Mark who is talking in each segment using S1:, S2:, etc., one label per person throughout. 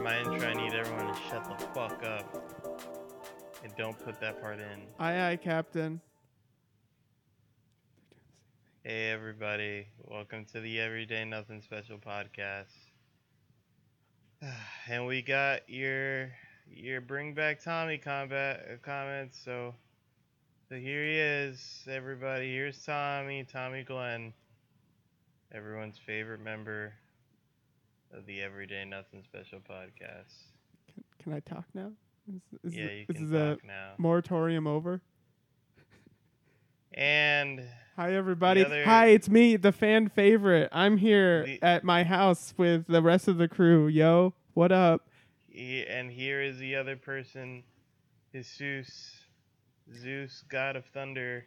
S1: my intro, I need everyone to shut the fuck up. And don't put that part in.
S2: Aye, aye, Captain.
S1: Hey, everybody. Welcome to the Everyday Nothing Special podcast. And we got your your bring back Tommy combat uh, comments. So, so here he is, everybody. Here's Tommy, Tommy Glenn, everyone's favorite member of the Everyday Nothing Special podcast.
S2: Can, can I talk now? Is, is
S1: yeah,
S2: the-
S1: you
S2: this
S1: can
S2: is
S1: talk
S2: a
S1: now.
S2: moratorium over.
S1: And
S2: Hi, everybody.
S1: The other-
S2: Hi, it's me, the fan favorite. I'm here
S1: The-
S2: at my house with the rest of the crew. Yo, what up?
S1: he, and here is the other person, Jesus, Zeus, God of Thunder.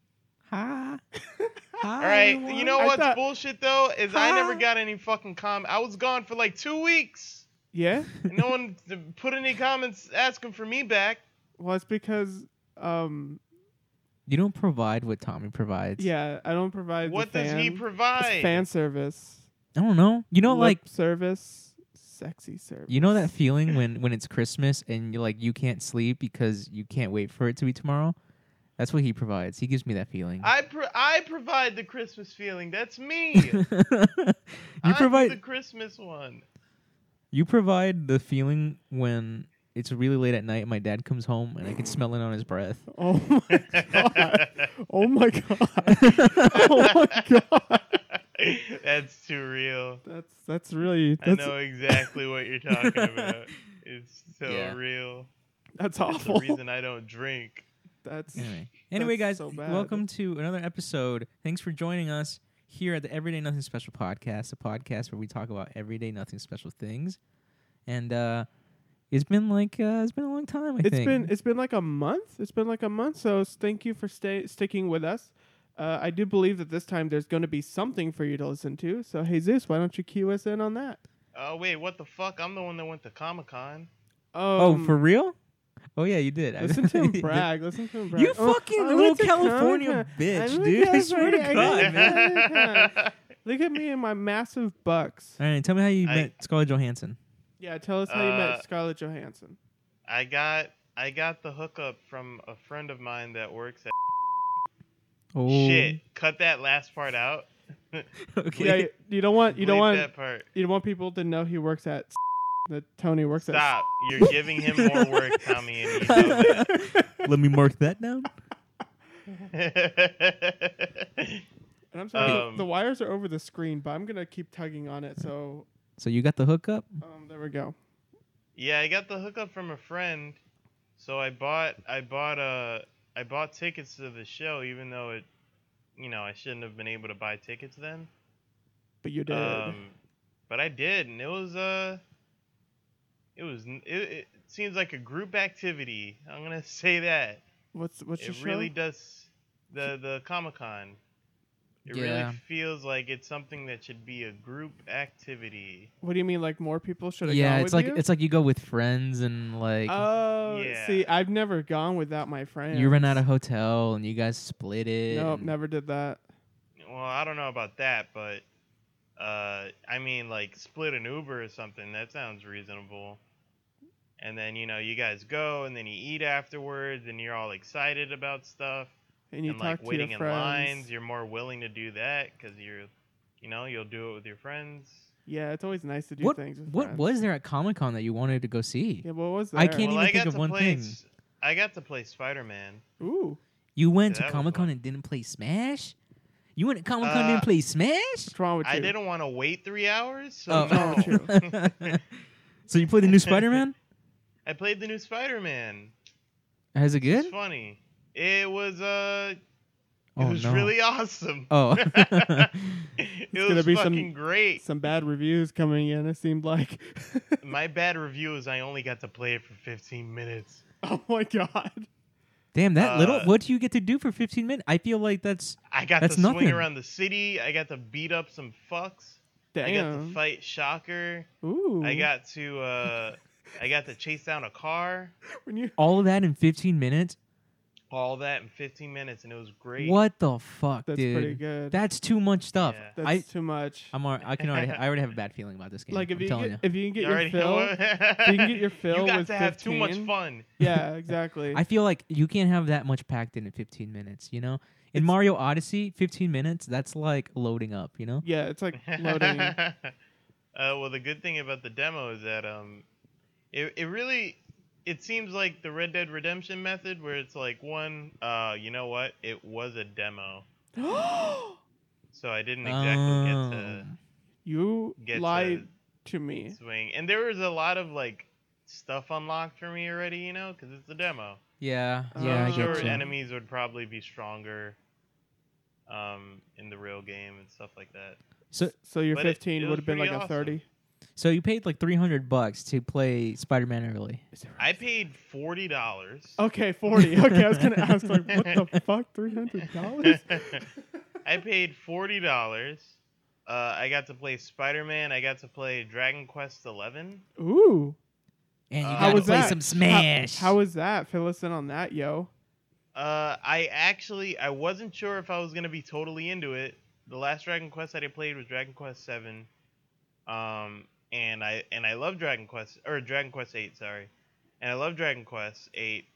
S2: Hi.
S1: All right, you know
S2: I
S1: what's
S2: thought-
S1: bullshit though is I never
S2: Hi.
S1: got any fucking com. I was gone for like two weeks.
S2: Yeah?
S1: And no one th- put any comments asking for me back.
S2: Well, it's because, um,
S3: You don't provide what Tommy provides.
S2: yeah, I don't provide. the
S1: What does he
S2: fan-
S1: provide?
S2: It's fan service.
S3: I don't know. You know,
S2: Lip
S3: like
S2: service, sexy service.
S3: you know that feeling when when it's Christmas and you like you can't sleep because you can't wait for it to be tomorrow. That's what he provides. He gives me that feeling.
S1: I pro- I provide the Christmas feeling. That's me.
S3: you
S1: I'm
S3: provide
S1: the Christmas one.
S3: you provide the feeling when it's really late at night. and My dad comes home and I can smell it on his breath.
S2: Oh my god. Oh my god. Oh my god.
S1: That's too real.
S2: That's that's really
S1: I
S2: that's
S1: know exactly what you're talking about. It's so
S3: Yeah.
S1: real.
S2: that's
S1: It's the
S2: awful.
S1: reason I don't drink.
S2: That's
S3: Anyway, anyway,
S2: That's
S3: guys,
S2: so bad.
S3: welcome to another episode. Thanks for joining us here at the Everyday Nothing Special podcast, a podcast where we talk about everyday nothing special things. And uh, it's been like uh, it's been a long time. I
S2: it's
S3: think
S2: been it's been like a month. It's been like a month. So s- thank you for stay sticking with us. Uh, I do believe that this time there's going to be something for you to listen to. So Jesus, why don't you cue us in on that?
S1: Oh wait, what the fuck? I'm the one that went to Comic Con.
S3: oh
S2: Um,
S3: for real? Oh yeah, you did. I-
S2: listen to him
S3: you
S2: brag. Listen to him brag.
S3: You
S2: Oh,
S3: fucking
S2: I went
S3: little
S2: to
S3: California
S2: Comic-Con.
S3: bitch,
S2: went
S3: dude! I swear to
S2: California.
S3: God, man.
S2: man. Look at me and my massive bucks.
S3: All right, tell me how you
S1: I-
S3: met Scarlett Johansson.
S2: Yeah, tell us how you
S1: Uh,
S2: met Scarlett Johansson.
S1: I got I got the hookup from a friend of mine that works at
S3: Oh
S1: shit. Cut that last part out.
S3: Okay.
S2: Yeah, you- you don't want you don't
S1: Bleep
S2: want
S1: that part.
S2: you don't want people to know he works at that Tony works
S1: Stop. You're giving him more work, Tommy, and you know that.
S3: Let me mark that down.
S2: at. And I'm sorry,
S1: Um,
S2: the wires are over the screen, but I'm gonna keep tugging on it. So
S3: So you got the hookup?
S2: um, there we go.
S1: yeah, I got the hookup from a friend, so I bought I bought uh I bought tickets to the show, even though it, you know, I shouldn't have been able to buy tickets then.
S2: But you did.
S1: Um, but I did, and it was uh, it was n- it, it seems like a group activity. I'm gonna say that
S2: what's what's your
S1: it
S2: show?
S1: really does the the Comic Con. It
S3: Yeah.
S1: really feels like it's something that should be a group activity.
S2: what do you mean? Like more people should have
S3: yeah,
S2: gone
S3: it's
S2: with
S3: like
S2: you?
S3: it's like you go with friends and like
S2: oh,
S1: Yeah.
S2: see, I've never gone without my friends.
S3: you rent out a hotel and you guys split it.
S2: Nope,
S3: and-
S2: never did that.
S1: Well, I don't know about that, but uh, I mean, like split an Uber or something. That sounds reasonable. And then you know you guys go, and then you eat afterwards, and you're all excited about stuff.
S2: And you
S1: and
S2: talk
S1: like waiting
S2: to your
S1: in
S2: friends.
S1: lines, you're more willing to do that because you're, you know, you'll do it with your friends.
S2: yeah, it's always nice to do
S3: What
S2: things. With
S3: what
S2: friends.
S3: was there at Comic Con that you wanted to go see?
S2: Yeah, what was that?
S3: I can't-
S1: well,
S3: even
S1: I
S3: think
S1: got
S3: of
S1: to
S3: one
S1: play.
S3: thing.
S1: s- I got to play Spider Man.
S2: Ooh,
S3: You went
S1: Yeah,
S3: to
S1: that was
S3: Comic Con
S1: fun.
S3: and didn't play Smash. You went to Comic Con and
S1: Uh,
S3: didn't play Smash.
S2: what's wrong with you?
S1: I didn't want to wait three hours, so
S3: Oh.
S2: wrong with
S1: no.
S2: you?
S3: so you played the new Spider Man.
S1: I played the new Spider Man.
S3: Is it good?
S1: It's funny. It was uh, it
S3: Oh
S1: was
S3: no.
S1: really awesome.
S3: oh.
S1: it
S2: gonna
S1: was
S2: be some-
S1: fucking great.
S2: Some bad reviews coming in. It seemed like.
S1: My bad review is I only got to play it for 15 minutes.
S2: Oh my god.
S3: Damn that little.
S1: Uh,
S3: What do you get to do for 15 minutes? I feel like that's
S1: I got
S3: That's
S1: to swing
S3: nothing.
S1: around the city. I got to beat up some fucks. I got to
S2: Damn.
S1: fight Shocker.
S2: Ooh.
S1: I got to uh I got to chase down a car.
S2: when you
S3: all of that in 15 minutes.
S1: all that in 15 minutes, and it was great.
S3: What the fuck,
S2: That's
S3: dude?
S2: pretty good.
S3: That's too much stuff.
S1: Yeah.
S2: That's
S3: I
S2: too much.
S3: I'm already, I can already I already have a bad feeling about this game.
S2: like if
S3: I'm
S2: you,
S3: telling
S2: get, if you can get
S1: You
S2: your
S1: already know
S2: fill,
S1: what-
S2: if you can get your fill
S1: You got
S2: with
S1: to have too much
S2: 15.
S1: fun.
S2: yeah, exactly.
S3: I feel like you can't have that much packed in in 15 minutes, you know? In
S2: It's-
S3: Mario Odyssey, 15 minutes, that's like loading up, you know?
S2: yeah, it's like loading.
S1: uh, well, the good thing about the demo is that um, it it really it seems like the Red Dead Redemption method, where it's like one, uh, you know what? It was a demo, so I
S2: Mm,
S1: didn't exactly get to
S3: Um,
S2: you
S1: get to
S2: lied to me.
S1: swing. And there was a lot of like stuff unlocked for me already, you know, because it's a demo.
S3: yeah,
S2: Uh,
S1: So
S3: yeah, I
S1: I'm
S3: get
S1: sure
S3: you.
S1: enemies would probably be stronger um, in the real game and stuff like that.
S3: So
S2: So your
S1: But it-
S2: 15
S1: it
S2: would
S1: was
S2: have been like
S1: pretty
S2: a 30.
S3: so you paid like 300 bucks to play Spider-Man early.
S1: I paid forty dollars.
S2: Okay, 40. Okay, I was going to ask, like, what the fuck? $300?
S1: I paid forty dollars. Uh, I got to play Spider Man. I got to play Dragon Quest Eleven.
S2: Ooh.
S3: And you
S1: Uh,
S3: got
S1: How
S3: to
S1: was
S3: play
S2: that?
S3: some Smash.
S2: How was that? Fill us in on that, yo.
S1: Uh, I actually I wasn't sure if I was gonna be totally into it. The last Dragon Quest that I played was Dragon Quest Seven, um, and I and I love Dragon Quest or Dragon Quest Eight, sorry, and I love Dragon Quest Eight,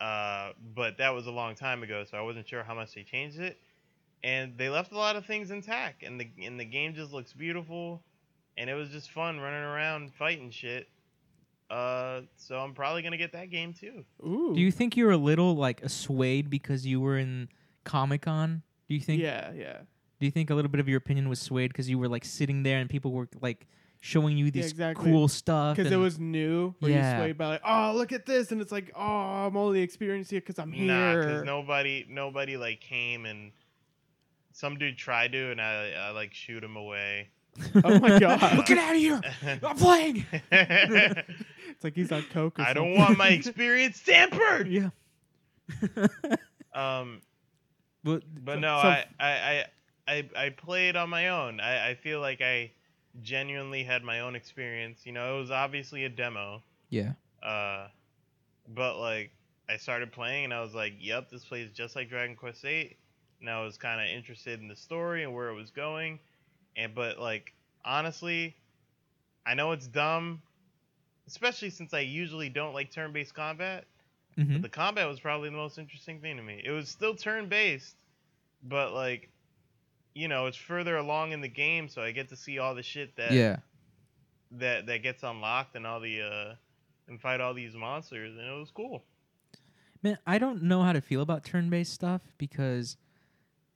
S1: uh, but that was a long time ago, so I wasn't sure how much they changed it. And they left a lot of things intact, and the and the game just looks beautiful, and it was just fun running around fighting shit. Uh, so I'm probably gonna get that game too.
S2: Ooh.
S3: Do you think you were a little like swayed because you were in Comic-Con? Do you think
S2: yeah, yeah.
S3: Do you think a little bit of your opinion was swayed because you were like sitting there and people were like showing you these
S2: exactly.
S3: cool stuff?
S2: Because it
S3: and-
S2: was new. Were
S3: Yeah.
S2: you swayed by, like, oh, look at this? And it's like, oh, I'm only experiencing it because I'm
S1: Nah,
S2: here.
S1: because nobody, nobody like came and some dude tried to, and I, I like shoot him away.
S2: Oh my God.
S3: Look, get out of here! I'm playing.
S1: I
S2: It's like he's on coke. Or
S1: don't
S2: something.
S1: want my experience tampered.
S3: Yeah.
S1: Um,
S3: but,
S1: but no,
S2: so-
S1: I, I, I, I, I played on my own. I, I feel like I genuinely had my own experience. You know, it was obviously a demo,
S3: yeah,
S1: uh, but like I started playing, and I was like, "Yep, this plays just like Dragon Quest VIII." And I was kind of interested in the story and where it was going, and but like honestly, I know it's dumb, especially since I usually don't like turn-based combat.
S3: hmm
S1: But the combat was probably the most interesting thing to me. It was still turn-based, but like, you know, it's further along in the game, so I get to see all the shit that
S3: yeah.
S1: that that gets unlocked and all the uh and fight all these monsters and it was cool.
S3: Man, I don't know how to feel about turn-based stuff because,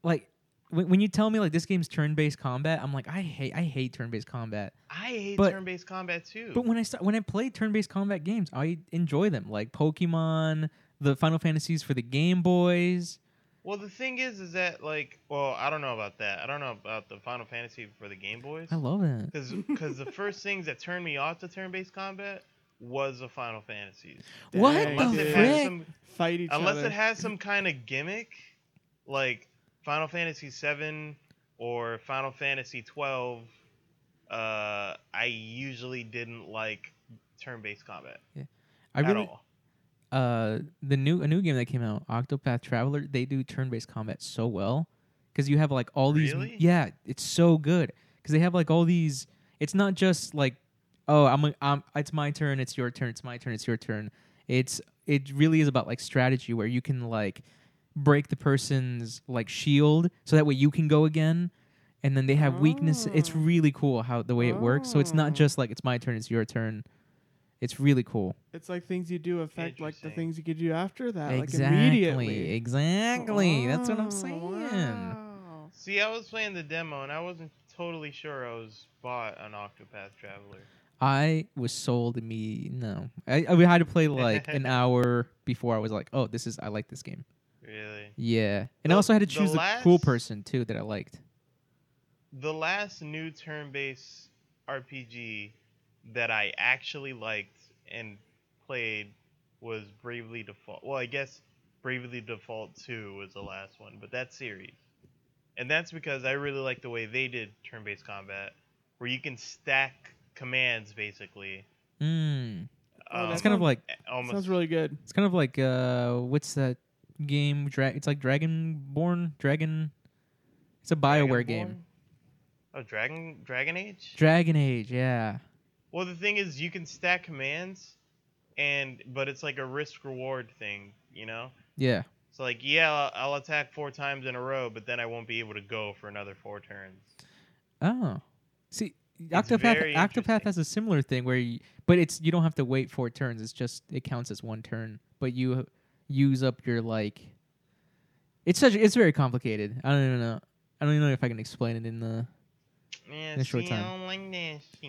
S3: like, when, when you tell me like this game's turn-based combat, I'm like, I hate, I hate turn-based combat.
S1: I hate
S3: But-
S1: turn-based combat too.
S3: But when I start, when I play turn-based combat games, I enjoy them, like Pokemon, the Final Fantasies for the Game Boys.
S1: well, the thing is, is that like, well, I don't know about that. I don't know about the Final Fantasy for the Game Boys
S3: I love that.
S1: because the first things that turned me off to turn-based combat was the Final Fantasies.
S3: What
S2: Dang,
S1: Unless
S3: the
S1: it
S2: dude.
S1: has
S3: frick?
S1: some,
S2: Fight each
S1: unless
S2: other.
S1: it has some kind of gimmick, like Final Fantasy VII or Final Fantasy twelve. Uh, I usually didn't like turn-based combat
S3: I
S1: at
S3: really,
S1: all.
S3: uh the new a new game that came out, Octopath Traveler, they do turn-based combat so well because you have like all these
S1: Really?
S3: yeah, it's so good because they have like all these. It's not just like oh I'm, a, I'm it's my turn, it's your turn, it's my turn, it's your turn. It's it really is about like strategy where you can like break the person's like shield so that way you can go again. And then they have weakness. It's
S2: Oh.
S3: really cool how the way it works. So it's not
S2: Oh.
S3: just like it's my turn, it's your turn. It's really cool.
S2: It's like things you do affect like the
S1: Interesting.
S2: things you could do after that,
S3: Exactly.
S2: like immediately.
S3: Exactly. That's what
S2: Oh,
S3: I'm saying.
S2: wow.
S1: See, I was playing the demo and I wasn't totally sure I was bought on Octopath Traveler.
S3: I was sold me no. I, I we had to play like an hour before I was like, oh, this is I like this game.
S1: Really.
S3: Yeah, and
S1: The-
S3: I also had to
S1: the
S3: choose the cool
S1: last-
S3: person too that I liked.
S1: The last new turn based RPG that I actually liked and played was Bravely Default. Well, I guess Bravely Default 2 was the last one, but that series. And that's because I really like the way they did turn based combat, where you can stack commands basically.
S3: Mm.
S2: Oh,
S1: Um,
S3: It's
S2: that's
S3: kind of like
S1: almost
S2: Sounds really good.
S3: it's kind of like uh, what's that game. Dra- it's like Dragonborn, Dragon. It's a Bioware game.
S1: Oh, Dragon Dragon Age.
S3: Dragon Age, yeah.
S1: well, the thing is, you can stack commands, and but it's like a risk reward thing, you know.
S3: Yeah.
S1: So like, yeah, I'll, I'll attack four times in a row, but then I won't be able to go for another four turns.
S3: Oh. See,
S1: It's
S3: Octopath
S1: very
S3: Octopath
S1: interesting.
S3: has a similar thing where you, but it's you don't have to wait four turns. It's just it counts as one turn, but you use up your like It's such it's very complicated. I don't even know. I don't even know if I can explain it in the
S1: Yeah,
S3: In a short
S1: see,
S3: time.
S1: I don't like that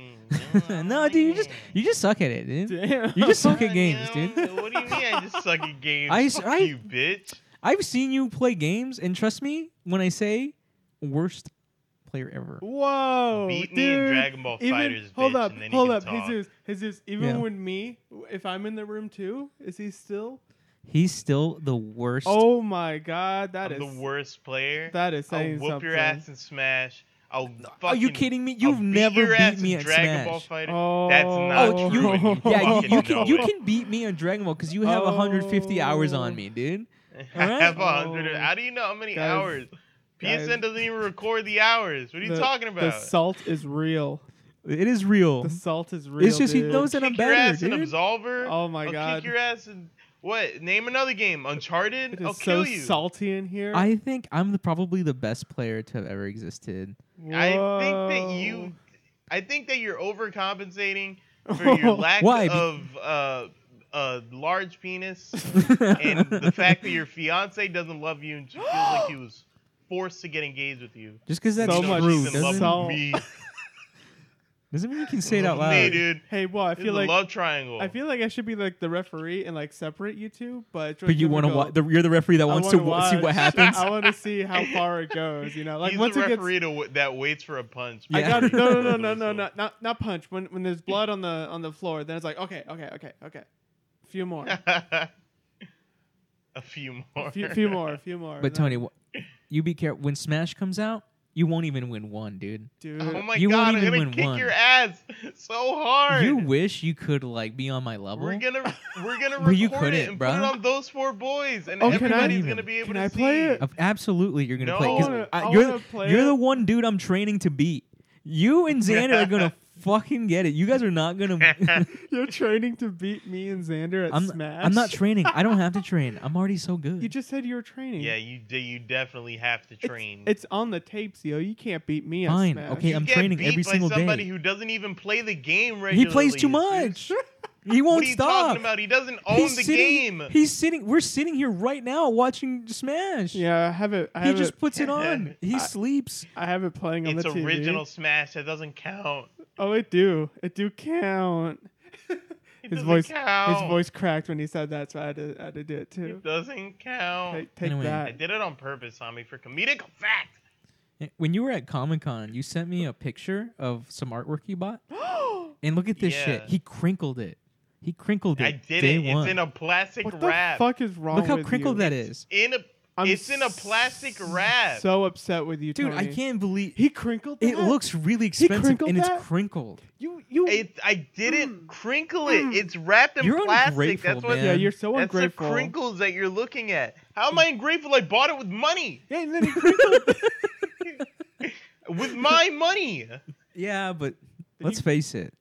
S1: shit. I
S3: No,
S1: don't
S3: dude, you
S1: like
S3: just
S1: that.
S3: you just suck at it. Dude.
S2: Damn.
S3: You just suck
S1: Uh,
S3: at games,
S1: you know,
S3: dude.
S1: What do you mean? I just suck at games.
S3: I s-
S1: Fuck
S3: I-
S1: you, bitch.
S3: I've seen you play games and trust me when I say worst player ever. Oh,
S2: Whoa,
S1: Beat
S2: dude.
S1: me in Dragon Ball
S2: even,
S1: Fighters,
S2: hold
S1: bitch,
S2: up,
S1: and then you
S2: hold
S1: can
S2: up,
S1: talk.
S2: Jesus, Jesus. Even
S3: Yeah.
S2: when me, if I'm in the room too, is he still?
S3: He's still the worst.
S2: Oh my God, that
S1: I'm
S2: is
S1: the worst player.
S2: that is
S1: I'll
S2: saying
S1: whoop
S2: something.
S1: your ass and smash. I'll fucking.
S3: Are you kidding me?
S1: I'll
S3: You've
S1: beat
S3: never
S1: your ass
S3: beat me
S1: in
S3: at
S1: Dragon
S3: Smash.
S1: Ball Fighter.
S2: Oh,
S1: That's not
S3: Oh,
S1: true.
S3: you-
S1: and
S3: Yeah,
S1: fucking
S3: you, you can
S1: know
S3: you
S1: it.
S3: can beat me on Dragon Ball because you have a 150 hours on
S2: Oh.
S3: me, dude.
S1: I
S3: Alright.
S1: have a hundred.
S2: Oh.
S1: How do you know how many
S2: Guys,
S1: hours?
S2: guys.
S1: PSN doesn't even record the hours. What are you
S2: The-
S1: talking
S2: The
S1: about?
S2: salt is real.
S3: It is real.
S2: The salt is real.
S3: It's just he
S2: dude.
S3: knows that
S1: Kick
S3: I'm
S1: your
S3: better,
S1: ass in
S3: dude.
S1: Absolver.
S2: Oh my
S1: I'll
S2: God.
S1: Kick your ass in what? Name another game. Uncharted.
S2: It
S1: I'll
S2: is so
S1: kill you.
S2: salty in here.
S3: I think I'm the, probably the best player to have ever existed.
S1: I think that you. I think that you're overcompensating for your lack
S3: Why? Be-
S1: of uh, a large penis and the fact that your fiance doesn't love you and she feels like he was forced to get engaged with you.
S3: Just because that's
S2: So
S1: You know,
S2: much
S1: she's
S3: rude
S1: in
S2: doesn't
S1: love with
S3: doesn't,
S2: salt.
S1: me.
S3: doesn't mean you can say it out
S1: With Me,
S3: loud.
S1: dude.
S2: Hey, well, I
S1: This
S2: feel
S1: is a
S2: like
S1: love triangle.
S2: I feel like I should be like the referee and like separate you two, but
S3: But you want to watch? You're the referee that
S2: I
S3: wants to
S2: wanna
S3: wa- see what
S2: watch.
S3: happens.
S2: I want to see how far it goes. You know, like
S1: He's
S2: once
S1: the
S2: it gets,
S1: referee to w- that waits for a punch.
S3: Yeah.
S2: I got it.
S1: basically.
S2: No, no, no, no, no, not not not punch. When when there's blood on the on the floor, then it's like okay, okay, okay, okay, a few more,
S1: a few more.
S2: a few, few more, a few more.
S3: but
S2: and then-
S3: Tony, wh- you be careful. When Smash comes out, you won't even win one, dude.
S1: Oh
S2: dude,
S1: my
S3: You
S1: god,
S3: won't
S1: I'm
S3: even
S1: gonna
S3: win
S1: kick
S3: one.
S1: your ass so hard.
S3: You wish you could like be on my level.
S1: We're gonna we're gonna
S3: Well, you
S1: record
S3: couldn't,
S1: it and
S3: bruh.
S1: put it on those four boys, and
S2: Oh, can I
S1: everybody's
S3: even?
S1: gonna be able
S2: Can
S1: to
S2: I
S1: see.
S2: play it?
S3: Of- Absolutely, you're gonna
S1: No.
S3: play. 'cause
S1: I wanna-
S3: I-
S2: I
S3: you're
S2: wanna
S3: the-
S2: play
S3: you're
S2: it.
S3: the one dude I'm training to beat. You and Xander are gonna fucking get it. You guys are not gonna.
S2: you're training to beat me and Xander at
S3: I'm
S2: Smash.
S3: I'm not training. I don't have to train. I'm already so good.
S2: you just said you were training.
S1: yeah, you do. You definitely have to
S2: It's-
S1: train.
S2: It's, on the tapes, yo. You can't beat me
S3: Fine,
S2: at Smash.
S3: okay,
S1: You
S3: I'm
S1: get
S3: training
S1: beat
S3: every
S1: by
S3: single
S1: somebody
S3: day.
S1: who doesn't even play the game
S3: he
S1: regularly.
S3: plays too
S1: dude.
S3: much. He
S1: What
S3: won't
S1: are you
S3: stop.
S1: talking about? He doesn't own
S3: He's
S1: the
S3: sitting,
S1: game.
S3: He's sitting. We're sitting here right now watching Smash.
S2: Yeah, I have it. I
S3: He
S2: have
S3: just
S2: it.
S3: puts it on. He
S2: I-
S3: sleeps.
S2: I have it playing on
S1: it's
S2: the TV.
S1: original Smash. That doesn't count.
S2: Oh, it do. It do count.
S1: It
S2: his
S1: doesn't
S2: voice,
S1: count.
S2: his voice cracked when he said that, so I had to, I had to do it too.
S1: It doesn't count.
S2: Take, take
S3: Anyway.
S1: I
S2: that.
S1: did it on purpose, Tommy, for comedic effect.
S3: When you were at Comic Con, you sent me a picture of some artwork you bought. And look at this shit.
S1: Yeah.
S3: He crinkled it. He crinkled it.
S1: I did
S3: day
S1: it.
S3: One.
S1: It's in a plastic
S2: what the
S1: wrap.
S2: fuck is wrong?
S3: Look how
S2: with
S3: crinkled
S2: you?
S3: that is.
S1: In a,
S2: I'm
S1: it's in a plastic wrap.
S2: So upset with you,
S3: Dude, I
S2: Tony.
S3: can't believe
S2: He crinkled.
S3: it
S2: that?
S3: looks really expensive
S2: crinkled
S3: and it's
S2: that?
S3: crinkled.
S2: You, you.
S1: It, I didn't crinkle it. It's wrapped in
S3: You're
S1: plastic.
S3: ungrateful,
S1: That's what.
S3: man.
S2: Mm. yeah, you're so
S1: That's the
S2: ungrateful.
S1: crinkles that you're looking at. How am I ungrateful? I bought it with money,
S2: Yeah, and then he crinkled.
S1: with my money.
S3: Yeah, but
S2: Did
S3: let's
S2: you-
S3: face it.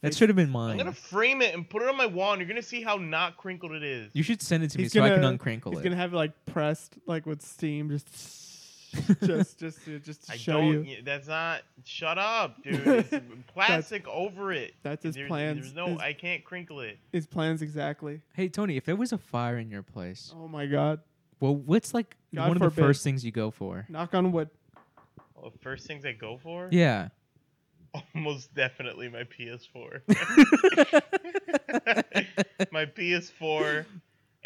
S3: That
S2: face
S3: should have been
S1: I'm
S3: mine.
S1: gonna frame it and put it on my wall, and you're gonna see how not crinkled it is.
S3: you should send it to me
S2: He's
S3: so I can
S2: gonna-
S3: uncrinkle
S2: He's
S3: it.
S2: gonna have it like pressed, like with steam, just, just, just, to, just to
S1: I
S2: show
S1: don't. e-,
S2: you.
S1: y- That's not. Shut up, dude. It's plastic over it.
S2: That's his
S1: There's-
S2: plans.
S1: There's no.
S2: His-
S1: I can't crinkle it.
S2: His plans exactly.
S3: hey Tony, if there was a fire in your place,
S2: Oh my god.
S3: well, what's like
S2: God
S3: one of the
S2: forbid.
S3: first things you go for?
S2: Knock on wood.
S1: Well, Oh, first things I go for.
S3: Yeah.
S1: Almost definitely my PS4. my PS4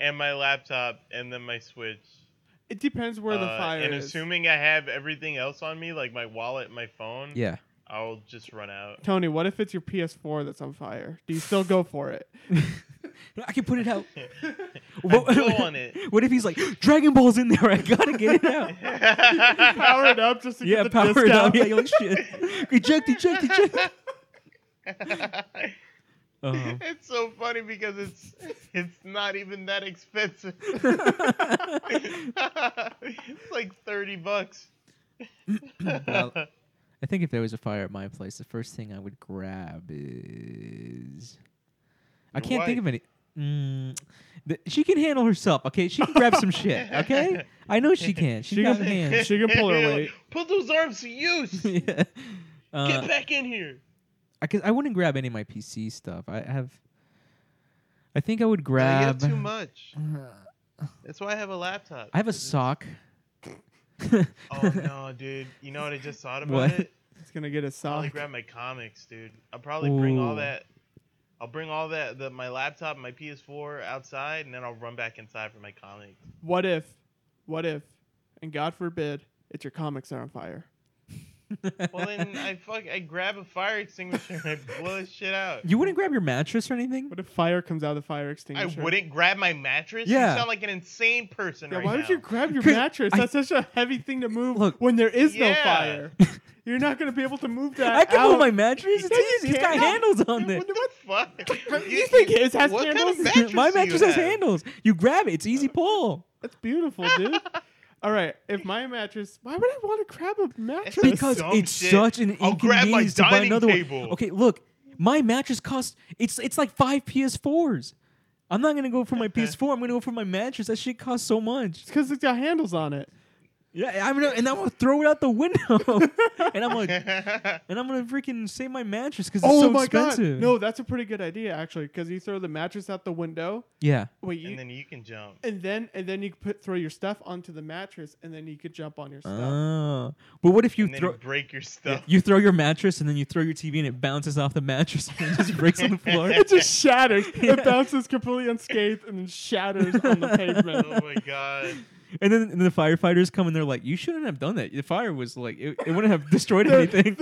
S1: and my laptop and then my Switch.
S2: It depends where the
S1: Uh,
S2: fire
S1: and
S2: is.
S1: assuming I have everything else on me, like my wallet, my phone,
S3: yeah.
S1: I'll just run out.
S2: Tony, what if it's your PS4 that's on fire? Do you still go for it?
S3: I can put it out.
S1: I go on it.
S3: What if he's like, Dragon Ball's in there. I gotta get it out.
S2: power it up just to get
S3: yeah,
S2: the
S3: power it
S2: discount.
S3: up. Yeah, you're like, shit. Eject, eject, eject. Uh-huh.
S1: It's so funny because it's it's not even that expensive. it's like thirty bucks.
S3: Well, I think if there was a fire at my place, the first thing I would grab is. I
S1: Your
S3: can't think
S1: wife.
S3: of any. Mm, th- she can handle herself, okay? She can grab some shit, okay? I know she can. She's
S2: She
S3: got
S2: can-
S3: hands.
S2: She can pull her weight.
S1: Put those arms to use.
S3: yeah. Uh,
S1: Get back in here.
S3: I, cause I wouldn't grab any of my PC stuff. I have. I think I would
S1: No, you
S3: grab.
S1: have too much.
S3: Uh,
S1: That's why I have a laptop.
S3: I have a
S1: This is-
S3: sock.
S1: Oh no, dude! You know what I just thought about
S3: What?
S1: it?
S2: It's gonna get a
S1: probably
S2: sock.
S1: grab my comics, dude. I'll probably bring all
S3: Ooh.
S1: that. I'll bring all that, the, my laptop, my PS4 outside, and then I'll run back inside for my comics.
S2: What if? What if? And God forbid, it's your comics are on fire.
S1: Well, then I fuck, I grab a fire extinguisher and I blow this shit out.
S3: You wouldn't grab your mattress or anything?
S2: What if fire comes out of the fire
S1: I
S2: extinguisher?
S1: wouldn't grab my mattress.
S3: Yeah.
S1: You sound like an insane person
S2: Yeah,
S1: right
S2: why
S1: now.
S2: would you grab your
S3: 'Cause
S2: mattress?
S3: I-
S2: That's such a heavy thing to move
S3: Look.
S2: when there is no
S1: Yeah.
S2: fire. You're not gonna be able to move that.
S3: I can
S2: out.
S3: move my mattress.
S2: You
S3: It's easy. It's got
S2: can't.
S3: handles on there.
S1: What the fuck?
S2: You think his has
S1: what
S2: handles?
S1: Kind of mattress
S3: My
S1: do you
S3: mattress has
S1: have?
S3: handles. You grab it. It's easy pull.
S2: That's beautiful, dude. All right, if my mattress, why would I want to grab a mattress?
S1: That's
S3: because
S1: dumb
S3: it's
S1: shit.
S3: such an
S1: I'll grab my
S3: inconvenience to buy
S1: dining
S3: another one.
S1: table.
S3: Okay, look, my mattress costs it's it's like five PS4s. I'm not gonna go for my PS4. I'm gonna go for my mattress. That shit costs so much.
S2: It's because it's got handles on it.
S3: Yeah, I'm gonna and I'm gonna throw it out the window, and I'm like, and I'm gonna freaking save my mattress because it's
S2: oh
S3: so
S2: my
S3: expensive.
S2: god! No, that's a pretty good idea actually, because you throw the mattress out the window.
S3: Yeah.
S2: Wait, you
S1: and then you can jump.
S2: and then and then you could put throw your stuff onto the mattress, and then you could jump on your stuff.
S3: Oh. But what if you
S1: and then
S3: throw?
S1: you break your stuff.
S3: yeah, you throw your mattress and then you throw your TV and it bounces off the mattress and it just breaks on the floor.
S2: it just shatters. It bounces completely unscathed and then shatters on the pavement.
S1: oh my god.
S3: And then, and then the firefighters come and they're like, "You shouldn't have done that. The fire was like it, it wouldn't have destroyed
S2: There,
S3: anything."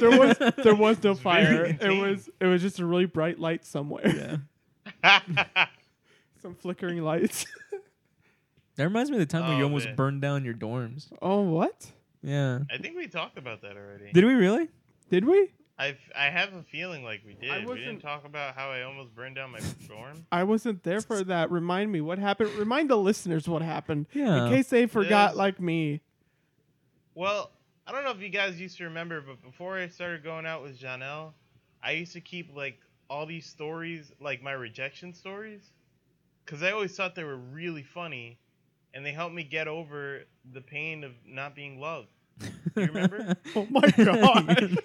S2: there was there was no
S1: It's very
S2: fire. It
S1: contained.
S2: was it was just a really bright light somewhere.
S3: yeah.
S2: Some flickering lights.
S3: That reminds me of the time when you
S1: Oh,
S3: almost
S1: man.
S3: burned down your dorms.
S2: oh, what
S3: Yeah.
S1: I think we talked about that already.
S3: Did we really?
S2: did we?
S1: I I have a feeling like we did. We
S2: wasn't-
S1: didn't talk about how I almost burned down my dorm.
S2: I wasn't there for that. Remind me what happened. Remind the listeners what happened
S3: Yeah.
S2: in case they forgot,
S1: Yes.
S2: like me.
S1: Well, I don't know if you guys used to remember, but before I started going out with Janelle, I used to keep like all these stories, like my rejection stories, because I always thought they were really funny, and they helped me get over the pain of not being loved. You remember?
S2: Oh my god,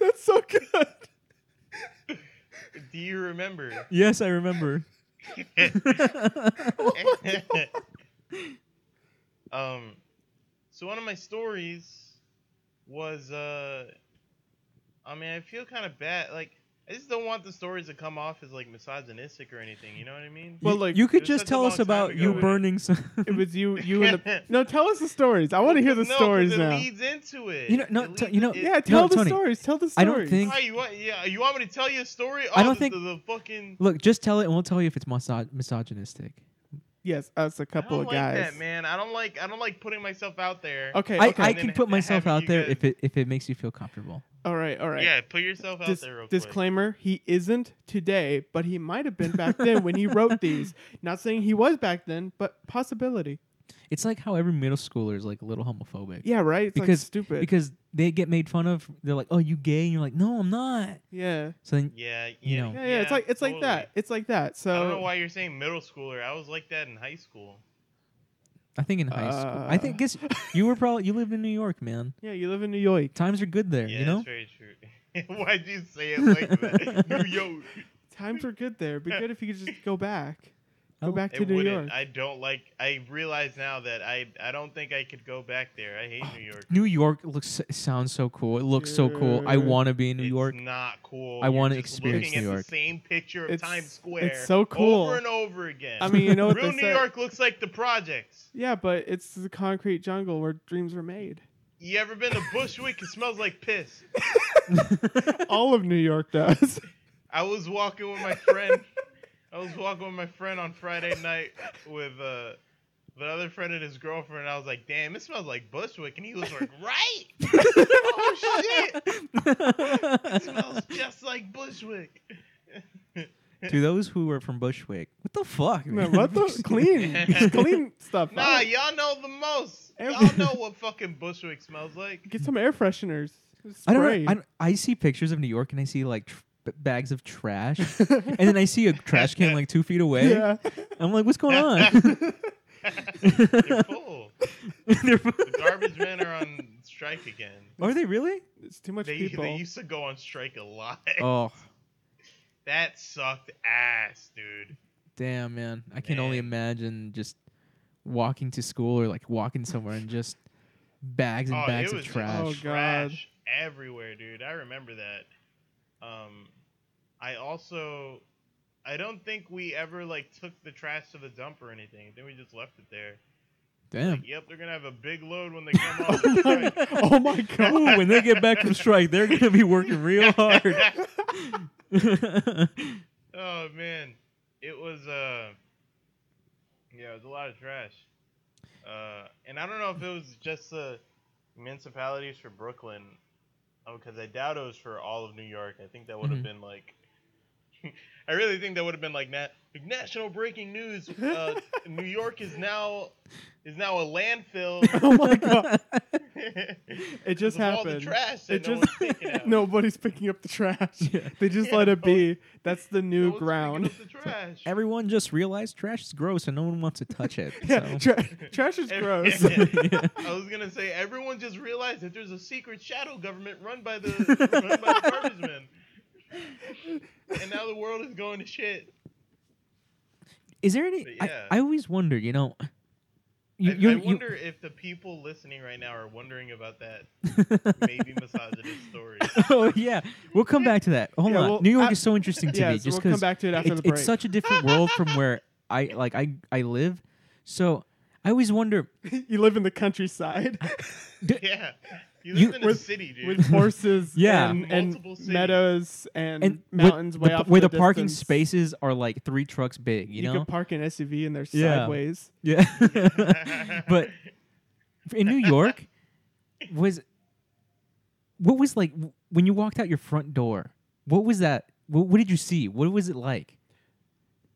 S2: that's so good.
S1: Do you remember?
S3: yes, I remember.
S1: um, so one of my stories was, uh, I mean, I feel kind of bad. Like, I just don't want the stories to come off as like misogynistic or anything. You know what I mean?
S2: Well,
S3: You-
S2: like,
S3: you
S1: it
S3: could
S1: was
S3: just
S1: such a
S3: tell
S1: long
S3: us
S1: time
S3: about
S1: ago,
S3: you
S1: right?
S3: burning some.
S2: It was you, you and the no. Tell us the stories. I want to hear the
S1: No, 'cause
S2: stories
S1: it
S2: now.
S1: leads into it.
S3: You know- no,
S1: It
S3: t-
S1: leads
S3: you know-
S1: it-
S2: yeah, tell the
S3: Tony.
S2: stories. Tell the stories.
S3: I don't think-
S1: Why, you want, yeah, you want me to tell you a story? Oh,
S3: I don't
S1: the,
S3: think-
S1: the, the fucking.
S3: Look, just tell it, and we'll tell you if it's miso- misogynistic.
S2: Yes, us a
S1: I
S2: couple
S1: don't
S2: of
S1: like
S2: guys.
S1: that, man. I don't like. I don't like putting myself out there.
S2: Okay,
S3: I,
S2: okay.
S3: I
S1: And
S3: can
S1: then
S3: put
S1: ha-
S3: myself
S1: having
S3: out
S1: you
S3: there
S1: guys-
S3: if it if it makes you feel comfortable.
S2: all right, all right.
S1: Yeah, put yourself out
S2: Dis-
S1: there real quick.
S2: disclaimer: He isn't today, but he might have been back then when he wrote these. Not saying he was back then, but possibility.
S3: It's like how every middle schooler is like a little homophobic.
S2: Yeah, right. It's like
S3: Because-
S2: stupid.
S3: Because they get made fun of. They're like, "Oh, you gay?" And you're like, "No, I'm not."
S2: yeah.
S3: So then,
S1: Yeah, yeah,
S3: You know.
S2: yeah, yeah, It's like it's like
S1: totally.
S2: that. It's like that. So
S1: I don't know why you're saying middle schooler. I was like that in high school.
S3: I think in high school, I think
S2: Uh.
S3: guess you were probably you lived in New York, man.
S2: yeah, you live in New York.
S3: Times are good there,
S1: Yeah,
S3: you
S1: that's
S3: know.
S1: very true. Why'd you say it like that? New York.
S2: Times are good there. It'd be good if you could just go back,
S3: I
S2: go
S3: li-
S2: back
S1: It
S2: to New York.
S1: wouldn't. I don't like. I realize now that I I don't think I could go back there. I hate New York.
S3: New York looks sounds so cool. It looks so cool. I
S2: Dude.
S3: want to be in New York.
S1: It's not cool.
S3: I
S1: You're
S3: wanna
S1: just
S3: experience
S1: looking
S3: New
S1: at
S3: York.
S1: The same picture of
S2: It's-
S1: Times Square.
S2: it's so cool.
S1: Over and over again.
S2: I mean, you know what
S1: real
S2: they
S1: New
S2: say.
S1: York looks like the projects.
S2: yeah, but it's the concrete jungle where dreams are made.
S1: You ever been to Bushwick? It smells like piss.
S2: All of New York does.
S1: I was walking with my friend. I was walking with my friend on Friday night with uh, with another friend and his girlfriend. And I was like, "Damn, it smells like Bushwick," and he was like, "Right? oh shit, it smells just like Bushwick.
S3: to those who are from Bushwick, what the fuck?
S2: Man, what the clean, clean stuff.
S1: Nah,
S2: out.
S1: y'all know the most. Y'all
S2: Oh. Every-
S1: know what fucking Bushwick smells like.
S2: Get some air fresheners.
S3: I don't know.
S2: Spray.
S3: I, don't- I see pictures of New York and I see like tr- b- bags of trash, and then I see a trash can like two feet away.
S2: yeah.
S3: I'm like, what's going on?
S1: They're full.
S3: They're-
S1: The garbage men are on strike again.
S3: are they really?
S2: It's too much
S1: They,
S2: people.
S1: they used to go on strike a lot.
S3: Oh,
S1: That sucked ass, dude.
S3: damn, man! I can only
S1: Man.
S3: imagine just walking to school or like walking somewhere and just bags and
S1: oh,
S3: bags
S1: it
S3: of
S1: was just
S3: trash.
S2: Oh,
S1: trash everywhere, dude. I remember that. Um, I also, I don't think we ever like took the trash to the dump or anything. I think we just left it there.
S3: Damn.
S1: Yep, they're gonna have a big load when they come off the strike.
S2: oh my god.
S3: Ooh, when they get back from strike, they're gonna be working real hard.
S1: oh man, it was uh, yeah, it was a lot of trash. Uh, and I don't know if it was just the municipalities for Brooklyn, because I doubt it was for all of New York. I think that would have
S3: Mhm.
S1: been
S2: Mm-hmm.
S1: like, I really think that would have been like, nat- like national breaking news. Uh, New York is now is now a landfill.
S2: oh my god. It
S1: because
S2: just
S1: of All the
S2: happened.
S1: trash that
S2: It
S1: no
S2: just-
S1: one's taking out.
S2: Nobody's picking up the trash.
S3: Yeah.
S2: They just
S1: Yeah,
S2: let it
S1: no
S2: be. That's the
S1: No
S2: new
S1: one's picking
S2: ground.
S1: up the trash.
S3: Everyone just realized trash is gross and no one wants to touch it.
S2: Yeah,
S3: so.
S2: tra- trash is
S1: Every-
S2: gross.
S3: Yeah.
S1: I was gonna say everyone just realized that there's a secret shadow government run by the run by the garbage men, and now the world is going to shit.
S3: Is there any?
S1: But
S3: I-
S1: yeah.
S3: I, always wonder. You know,
S1: I,
S3: you,
S1: I
S3: you, you-
S1: wonder if the people listening right now are wondering about that maybe misogynist story.
S3: oh yeah, we'll come back to that. Hold
S2: Yeah,
S3: on,
S2: well,
S3: New York
S2: I-
S3: is so interesting to
S2: yeah,
S3: me
S2: so
S3: just
S2: we'll
S3: because
S2: come back to it after
S3: it-
S2: the break.
S3: it's such a different world from where I like I I live. So I always wonder.
S2: you live in the countryside
S1: Yeah, you
S3: You-
S1: live in a
S2: with-
S1: city, dude.
S2: with horses
S3: Yeah.
S2: and, and
S1: Multiple cities.
S2: meadows and,
S3: And where-
S2: mountains way
S3: the,
S2: off
S3: where
S2: in the,
S3: the, parking
S2: distance.
S3: spaces are like three trucks big.
S2: You,
S3: You, know,
S2: could park an SUV and they're
S3: Yeah.
S2: sideways.
S3: yeah. but in New York, was what was like w- when you walked out your front door? What was that? What, what did you see? What was it like?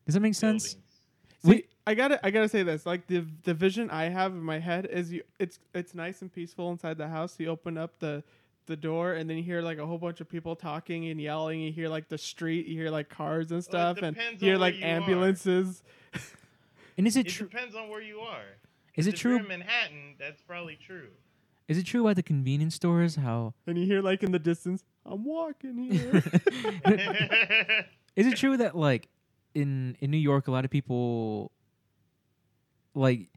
S3: Does that make sense?
S1: Buildings.
S2: See,
S3: We-
S2: I gotta, I gotta say this. Like the the vision I have in my head is you. It's it's nice and peaceful inside the house. You open up the the door and then you hear like a whole bunch of people talking and yelling. You hear like the street. You hear like cars and stuff, and
S1: depends
S2: you hear
S1: on where
S2: like
S1: you are.
S2: ambulances.
S3: And is it
S1: It
S3: true?
S1: depends on where you are.
S3: Is
S1: 'Cause
S3: it
S1: if you're
S3: true?
S1: in Manhattan? That's probably true.
S3: Is it true about the convenience stores? How
S2: And you hear like in the distance, I'm walking here.
S3: is it true that like in in New York, a lot of people like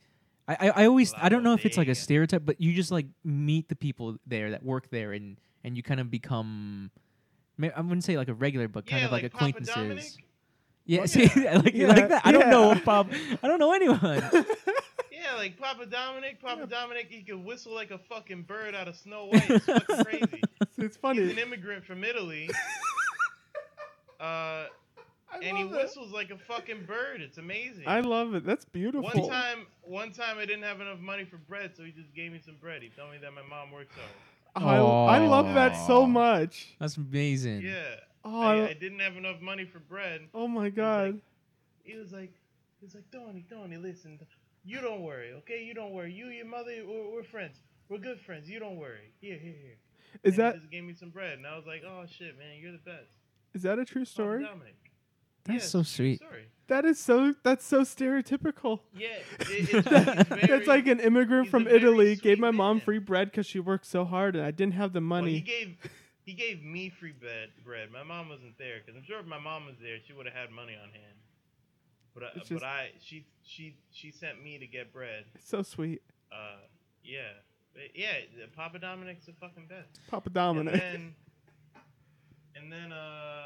S3: I I, I always I don't know if it's like a
S1: Louding.
S3: stereotype, but you just like meet the people there that work there, and and you kind of become ma- I wouldn't say like a regular, but kind
S1: yeah,
S3: of like,
S1: like Papa
S3: acquaintances.
S1: Dominic?
S3: Yeah,
S1: Oh,
S3: see, like like that. I don't know
S2: Yeah.
S3: Bob. I don't know anyone.
S1: Yeah, like Papa Dominic. Papa Dominic, he could whistle like a fucking bird out of Snow White. It's fucking crazy.
S2: it's
S1: He's an
S2: funny.
S1: immigrant from Italy. Uh,
S2: I
S1: and he
S2: love it.
S1: whistles like a fucking bird. It's amazing.
S2: I love it. That's beautiful.
S1: one time, one time I didn't have enough money for bread, so he just gave me some bread. He told me that my mom works out.
S2: I, I love that so
S3: Aw.
S2: much.
S3: That's amazing.
S1: Yeah.
S2: Oh,
S1: I,
S2: I-
S1: I didn't have enough money for bread.
S2: oh my god.
S1: He was like, he was like, Donnie, Donnie, listen, you don't worry, okay? You don't worry. You, your mother, we're, we're friends. We're good friends. You don't worry. Here, here, here. And
S2: Is
S1: he
S2: that
S1: just gave me some bread, and I was like, "Oh shit, man, you're the best."
S2: is that a true
S1: Papa
S2: story?
S1: Dominic.
S3: That's
S1: Yeah,
S3: so
S1: it's a true
S3: sweet.
S1: story.
S2: That is so. That's so stereotypical.
S1: Yeah, it, it's, it's very,
S2: That's like an immigrant
S1: he's
S2: from
S1: a very
S2: Italy
S1: sweet
S2: gave my mom
S1: man.
S2: free bread because she worked so hard and I didn't have the
S1: well, he
S2: money.
S1: gave he gave me free bread. Bread. My mom wasn't there because I'm sure if my mom was there, she would have had money on hand. But I,
S2: It's just-
S1: but I she she she sent me to get bread.
S2: It's so sweet,
S1: Uh, yeah, But yeah. the Papa Dominic's the fucking best.
S2: Papa
S1: And
S2: Dominic.
S1: then, and then uh,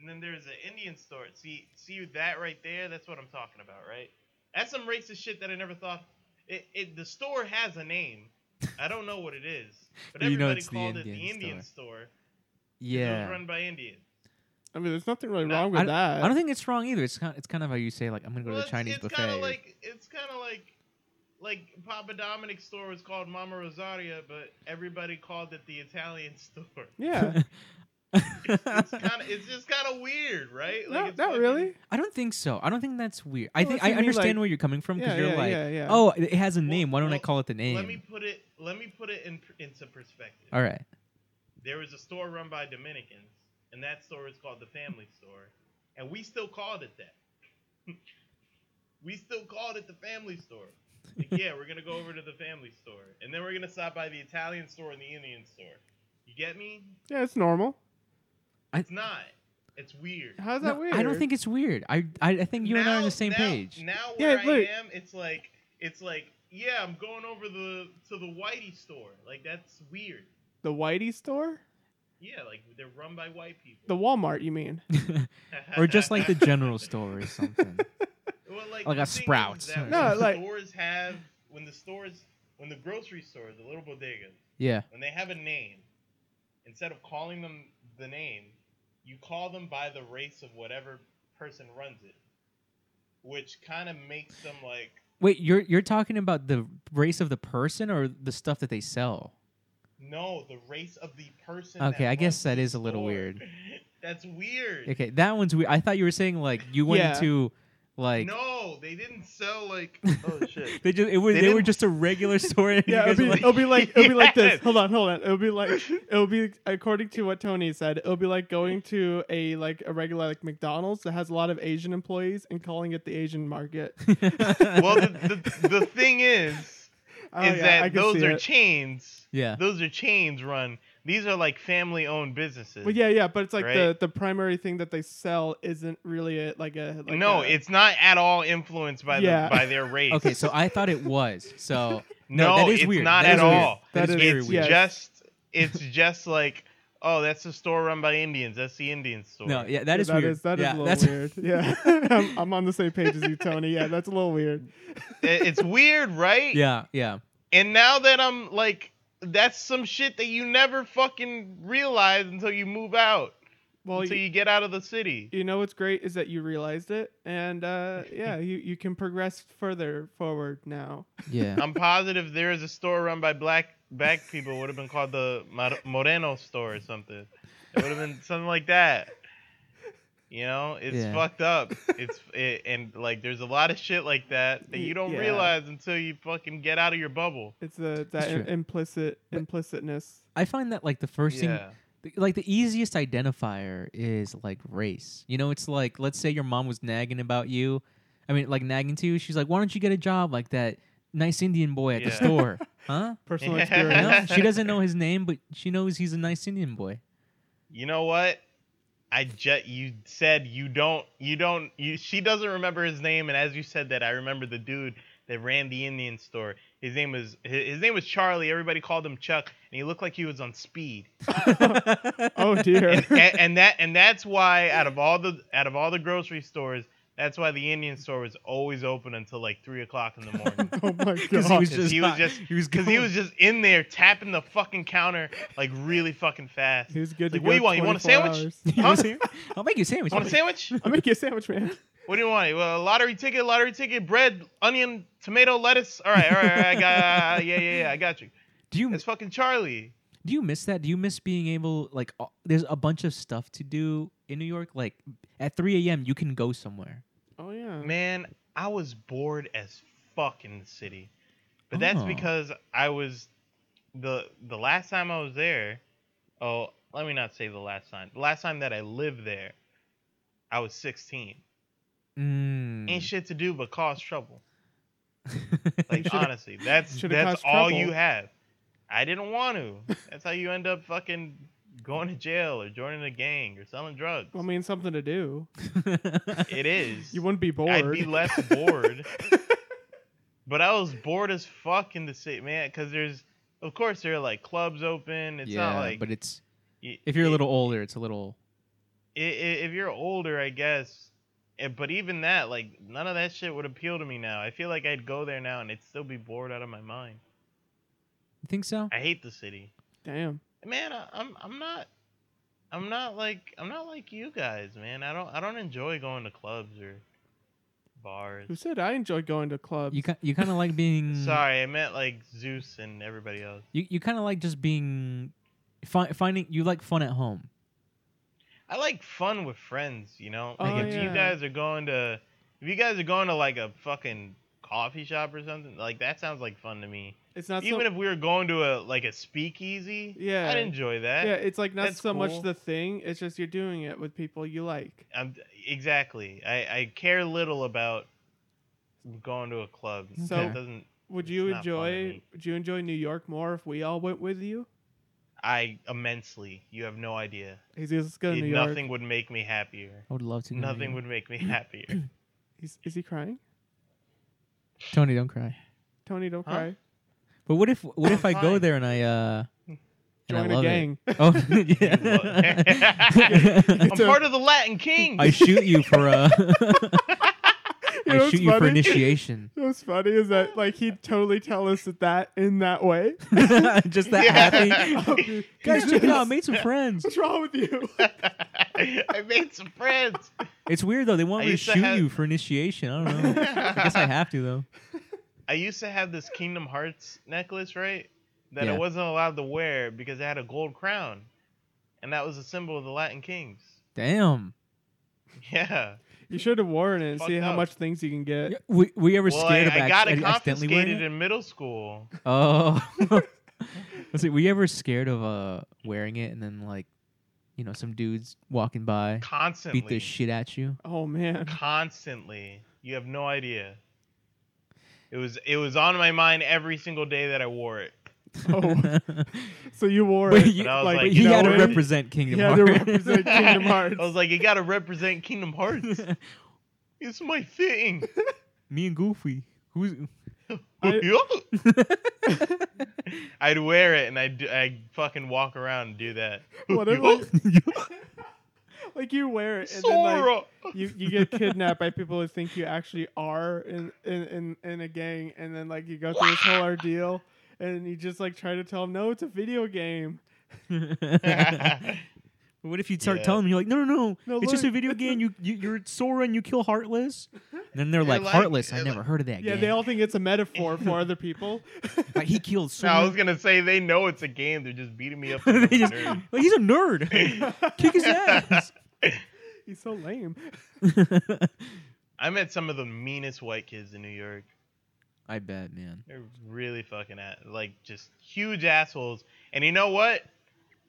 S1: and then there's an Indian store. See, see that right there? That's what I'm talking about, right? That's some racist shit that I never thought. It, it the store has a name. I don't know what it is, but
S3: But you know
S1: everybody
S3: it's the
S1: called it the
S3: Indian
S1: Indian store. 'cause It was
S3: Yeah.
S1: run by Indians.
S2: I mean, there's nothing really
S1: No,
S2: wrong
S3: I
S2: with
S3: don't,
S2: that.
S3: I don't think it's wrong either. It's kind, it's kind of how you say like I'm gonna go
S1: Well,
S3: to the
S1: it's-
S3: Chinese
S1: it's
S3: buffet.
S1: kind of
S3: or-
S1: like it's kind of like like Papa Dominic's store was called Mama Rosaria, but everybody called it the Italian store.
S2: yeah,
S1: It's kind of it's just kind of weird, right?
S2: no,
S1: it's
S2: not
S1: fucking-
S2: really.
S3: I don't think so. I don't think that's weird. I
S2: Well,
S3: think
S2: that's
S3: I
S2: what I mean,
S3: understand
S2: like-
S3: where you're coming from because
S2: Yeah,
S3: you're
S2: yeah,
S3: like,
S2: yeah, yeah.
S3: oh, it it has a
S1: Well,
S3: name. Why don't I
S1: well,
S3: call it the name?
S1: Let me put it let me put it in into perspective.
S3: All right.
S1: There was a store run by Dominicans, and that store is called the Family Store, and we still called it that. we still called it the Family Store. Like, yeah, we're gonna go over to the Family Store, and then we're gonna stop by the Italian store and the Indian store. You get me?
S2: Yeah, it's normal.
S1: It's not. It's weird.
S2: How's
S3: No,
S2: that weird?
S3: I don't think it's weird. I I, I think you and I are on the same
S1: now,
S3: page.
S1: Now where
S2: Yeah, look.
S1: I am, it's like it's like yeah, I'm going over the to the Whitey store. Like that's weird.
S2: the Whitey store,
S1: Yeah, like they're run by white people.
S2: the Walmart. You mean?
S3: or just like the general store or something.
S1: Well, like
S3: Like
S1: the
S3: a
S1: thing is
S3: Sprouts
S1: that
S3: or
S1: when
S2: No,
S1: the
S2: like-
S1: stores have when the stores when the grocery stores, the little bodegas,
S3: Yeah.
S1: when they have a name, instead of calling them the name, you call them by the race of whatever person runs it, which kind of makes them like
S3: Wait, you're you're talking about the race of the person or the stuff that they sell?
S1: no, the race of the person.
S3: Okay,
S1: that
S3: I guess
S1: runs
S3: that
S1: the
S3: is a little
S1: store.
S3: weird.
S1: That's weird.
S3: Okay, that one's weird. I thought you were saying like you went
S2: Yeah.
S3: into like
S1: no, they didn't sell like oh shit.
S3: they just it was
S1: They
S3: they, were
S1: didn't-
S3: just a regular store. and you
S2: Yeah, it'll
S3: guys were
S2: be,
S3: like-
S2: it'll be like it'll be like this.
S1: Yes.
S2: Hold on, hold on. It'll be like it'll be according to what Tony said. It'll be like going to a like a regular like McDonald's that has a lot of Asian employees and calling it the Asian market.
S1: well, the, the, the thing is.
S2: Oh,
S1: is
S2: yeah, I
S1: that
S2: can
S1: those
S2: see
S1: are
S2: it.
S1: chains.
S3: Yeah.
S1: Those are chains run. These are like family owned businesses.
S2: Well, yeah, yeah, but it's like the,
S1: Right?
S2: the primary thing that they sell isn't really a, like a like
S1: no,
S2: a-
S1: it's not at all influenced by
S2: Yeah.
S1: the by their race.
S3: okay, so I thought it was. So
S1: no,
S3: that is
S1: it's
S3: weird.
S1: not
S3: That
S1: at
S3: is weird.
S1: all.
S2: That is
S1: it's
S2: very weird.
S1: just it's just like oh, that's a store run by Indians. That's the Indian store.
S3: No, yeah, that is
S2: that
S3: weird.
S2: is- that is
S3: yeah,
S2: a little
S3: that's-
S2: weird. Yeah, I'm, I'm on the same page as you, Tony. Yeah, that's a little weird.
S1: It- It's weird, right?
S3: Yeah, yeah.
S1: And now that I'm like, that's some shit that you never fucking realize until you move out,
S2: Well,
S1: until
S2: you,
S1: you get out of the city.
S2: you know what's great is that you realized it, and uh, yeah, you you can progress further forward now.
S3: Yeah.
S1: I'm positive there is a store run by black black people. Would have been called the Mar- Moreno store or something. It would have been something like that. You know, it's
S3: Yeah.
S1: fucked up. It's it, and like there's a lot of shit like that that you don't
S2: Yeah.
S1: realize until you fucking get out of your bubble.
S2: It's the
S3: That's
S2: that im-
S3: true.
S2: implicit implicitness.
S3: I find that like the first thing
S1: Yeah.
S3: th- like the easiest identifier is like race. You know, it's like let's say your mom was nagging about you. I mean, like nagging to you. She's like, "Why don't you get a job like that nice Indian boy at the
S1: Yeah.
S3: store?" huh?
S1: Yeah.
S2: Personal
S3: You
S2: experience.
S3: know? She doesn't know his name, but she knows he's a nice Indian boy.
S1: You know what? I just you said you don't you don't you she doesn't remember his name and as you said that I remember the dude that ran the Indian store. His name was his his name was Charlie. Everybody called him Chuck and he looked like he was on speed.
S2: Oh dear.
S1: and, and, and that and that's why out of all the out of all the grocery stores, that's why the Indian store was always open until like three o'clock in the morning.
S2: oh my
S3: Because he
S2: god.
S3: was
S1: 'Cause
S3: just,
S1: he was
S3: not-
S1: just-
S3: he was
S1: Because he
S3: going-
S1: was just in there tapping the fucking counter like really fucking fast.
S2: He was good
S1: Like,
S2: to
S1: what
S2: go.
S1: do you want? You want a
S2: 24
S1: sandwich?
S2: hours.
S3: he was here. I'll make you a sandwich.
S1: Want a sandwich?
S2: I'll make you a sandwich, man.
S1: What do you want? Well, lottery ticket, lottery ticket, bread, onion, tomato, lettuce. All right, all right, all right I got. uh, yeah, yeah, yeah. I got you.
S3: Do you
S1: It's fucking Charlie.
S3: do you miss that? Do you miss being able like uh, there's a bunch of stuff to do in New York? Like at 3 a.m. you can go somewhere.
S2: Oh yeah.
S1: Man, I was bored as fuck in the city. But that's
S3: Oh.
S1: because I was the the last time I was there, oh, let me not say the last time. The last time that I lived there, I was 16.
S3: Mm.
S1: Ain't shit to do but cause trouble.
S2: You
S1: Like
S2: should've-
S1: honestly, that's
S2: should've
S1: that's
S2: caused
S1: all
S2: trouble.
S1: you have. I didn't want to. That's how you end up fucking going to jail or joining a gang or selling drugs.
S2: I mean, something to do.
S1: it is.
S2: You wouldn't be bored.
S1: I'd be less bored. but I was bored as fuck in the city, man. Because there's, of course, there are like clubs open. It's
S3: yeah,
S1: not like
S3: but it's
S1: y-
S3: if you're a
S1: it-
S3: little older, it's a little.
S1: i- i- if you're older, I guess. Eh, But even that, like, none of that shit would appeal to me now. I feel like I'd go there now and it'd still be bored out of my mind.
S3: You think so?
S1: I hate the city,
S2: Damn.
S1: man. I, I'm I'm not. I'm not like I'm not like you guys, man. I don't I don't enjoy going to clubs or bars.
S2: Who said I enjoy going to clubs?
S3: You ki- you kind of like being
S1: Sorry, I meant like Zeus and everybody else.
S3: You you kind of like just being fi- finding you like fun at home.
S1: I like fun with friends, you know?
S2: Oh,
S1: Like if
S2: yeah.
S1: you guys are going to if you guys are going to like a fucking coffee shop or something, like that sounds like fun to me.
S2: It's not
S1: Even
S2: so,
S1: if we were going to a like a speakeasy,
S2: Yeah.
S1: I'd enjoy that.
S2: yeah, it's like not
S1: that's
S2: so much
S1: cool.
S2: the thing. It's just you're doing it with people you like.
S1: I'm, exactly. I, I care little about going to a club.
S2: So-
S1: So it doesn't
S2: Would
S1: It's
S2: you
S1: not fun to
S2: enjoy?
S1: me.
S2: Would you enjoy New York more if we all went with you?
S1: I immensely. You have no idea.
S2: He's just go to New York.
S1: nothing would make me happier.
S3: I would love to. go to New
S1: Nothing
S3: York.
S1: would make me happier.
S2: He's, is he crying?
S3: Tony, don't cry.
S2: Tony, don't
S1: Huh?
S2: cry.
S3: But what if what if I
S1: I'm
S3: go
S1: fine.
S3: there and I uh and I
S2: Join a
S3: love it?
S2: gang.
S1: I'm
S3: Oh
S2: a-
S3: yeah.
S1: part of the Latin King.
S3: I shoot you for uh
S2: You know
S3: I
S2: what's
S3: shoot you for
S2: funny?
S3: initiation.
S2: What's funny is that like he'd totally tell us that, that in that way.
S3: Just that
S1: Yeah.
S3: happy. Guys, check it out. I made some friends.
S2: What's wrong with you?
S1: I made some friends.
S3: It's weird though. They want
S1: I
S3: me to
S1: used to
S3: shoot
S1: have-
S3: you for initiation. I don't know. I guess I have to though.
S1: I used to have this Kingdom Hearts necklace, right? That
S3: Yeah.
S1: I wasn't allowed to wear because it had a gold crown, and that was a symbol of the Latin Kings.
S3: Damn.
S1: Yeah.
S2: You should have worn it and see
S1: Fucked
S2: how
S1: up.
S2: much things you can get.
S3: Were, were you ever
S1: Well, I,
S3: scared of
S1: I got
S3: acc-
S1: it
S3: accidentally wearing
S1: confiscated
S3: it?
S1: in middle school.
S3: Oh. Let's see. Were you ever scared of uh wearing it and then like, you know, some dudes walking by
S1: Constantly.
S3: beat the shit at you?
S2: Oh man,
S1: constantly. You have no idea. It was it was on my mind every single day that I wore it.
S2: Oh. so you wore
S3: But
S2: it.
S3: you-
S1: I was
S3: But
S1: like,
S3: you
S1: no
S3: gotta
S1: way.
S3: represent Kingdom
S2: You had to
S3: Hearts.
S2: represent Kingdom Hearts.
S1: I was like, you gotta represent Kingdom Hearts. it's my thing.
S3: Me and Goofy. Who's
S1: I... would wear it and I'd, do- I'd fucking walk around and do that.
S2: Whatever. like you wear it and then like
S1: Sora!
S2: you, you get kidnapped by people who think you actually are in in, in in a gang and then like you go through this whole ordeal and you just like try to tell them no it's a video game
S3: what if you start
S1: Yeah.
S3: telling them you're like, no, no, no,
S2: No,
S3: it's just a
S2: look,
S3: video
S2: it's
S3: game. You, you you're Sora and you kill Heartless. And then they're
S1: You're
S3: like,
S1: like-
S3: Heartless. I
S1: you're
S3: never
S1: like-
S3: heard of that
S2: yeah
S3: game.
S2: they all think it's a metaphor for other people
S3: Like, he killed
S1: no, I was
S3: Sora.
S1: gonna say they know it's a game. They're just beating me up.
S3: They
S1: Like
S3: just-
S1: a
S3: like, he's a nerd. Kick his ass.
S1: nerd.
S2: he's so lame
S1: I met some of the meanest white kids in New York.
S3: I bet, man.
S1: They're really fucking at like just huge assholes. And you know what?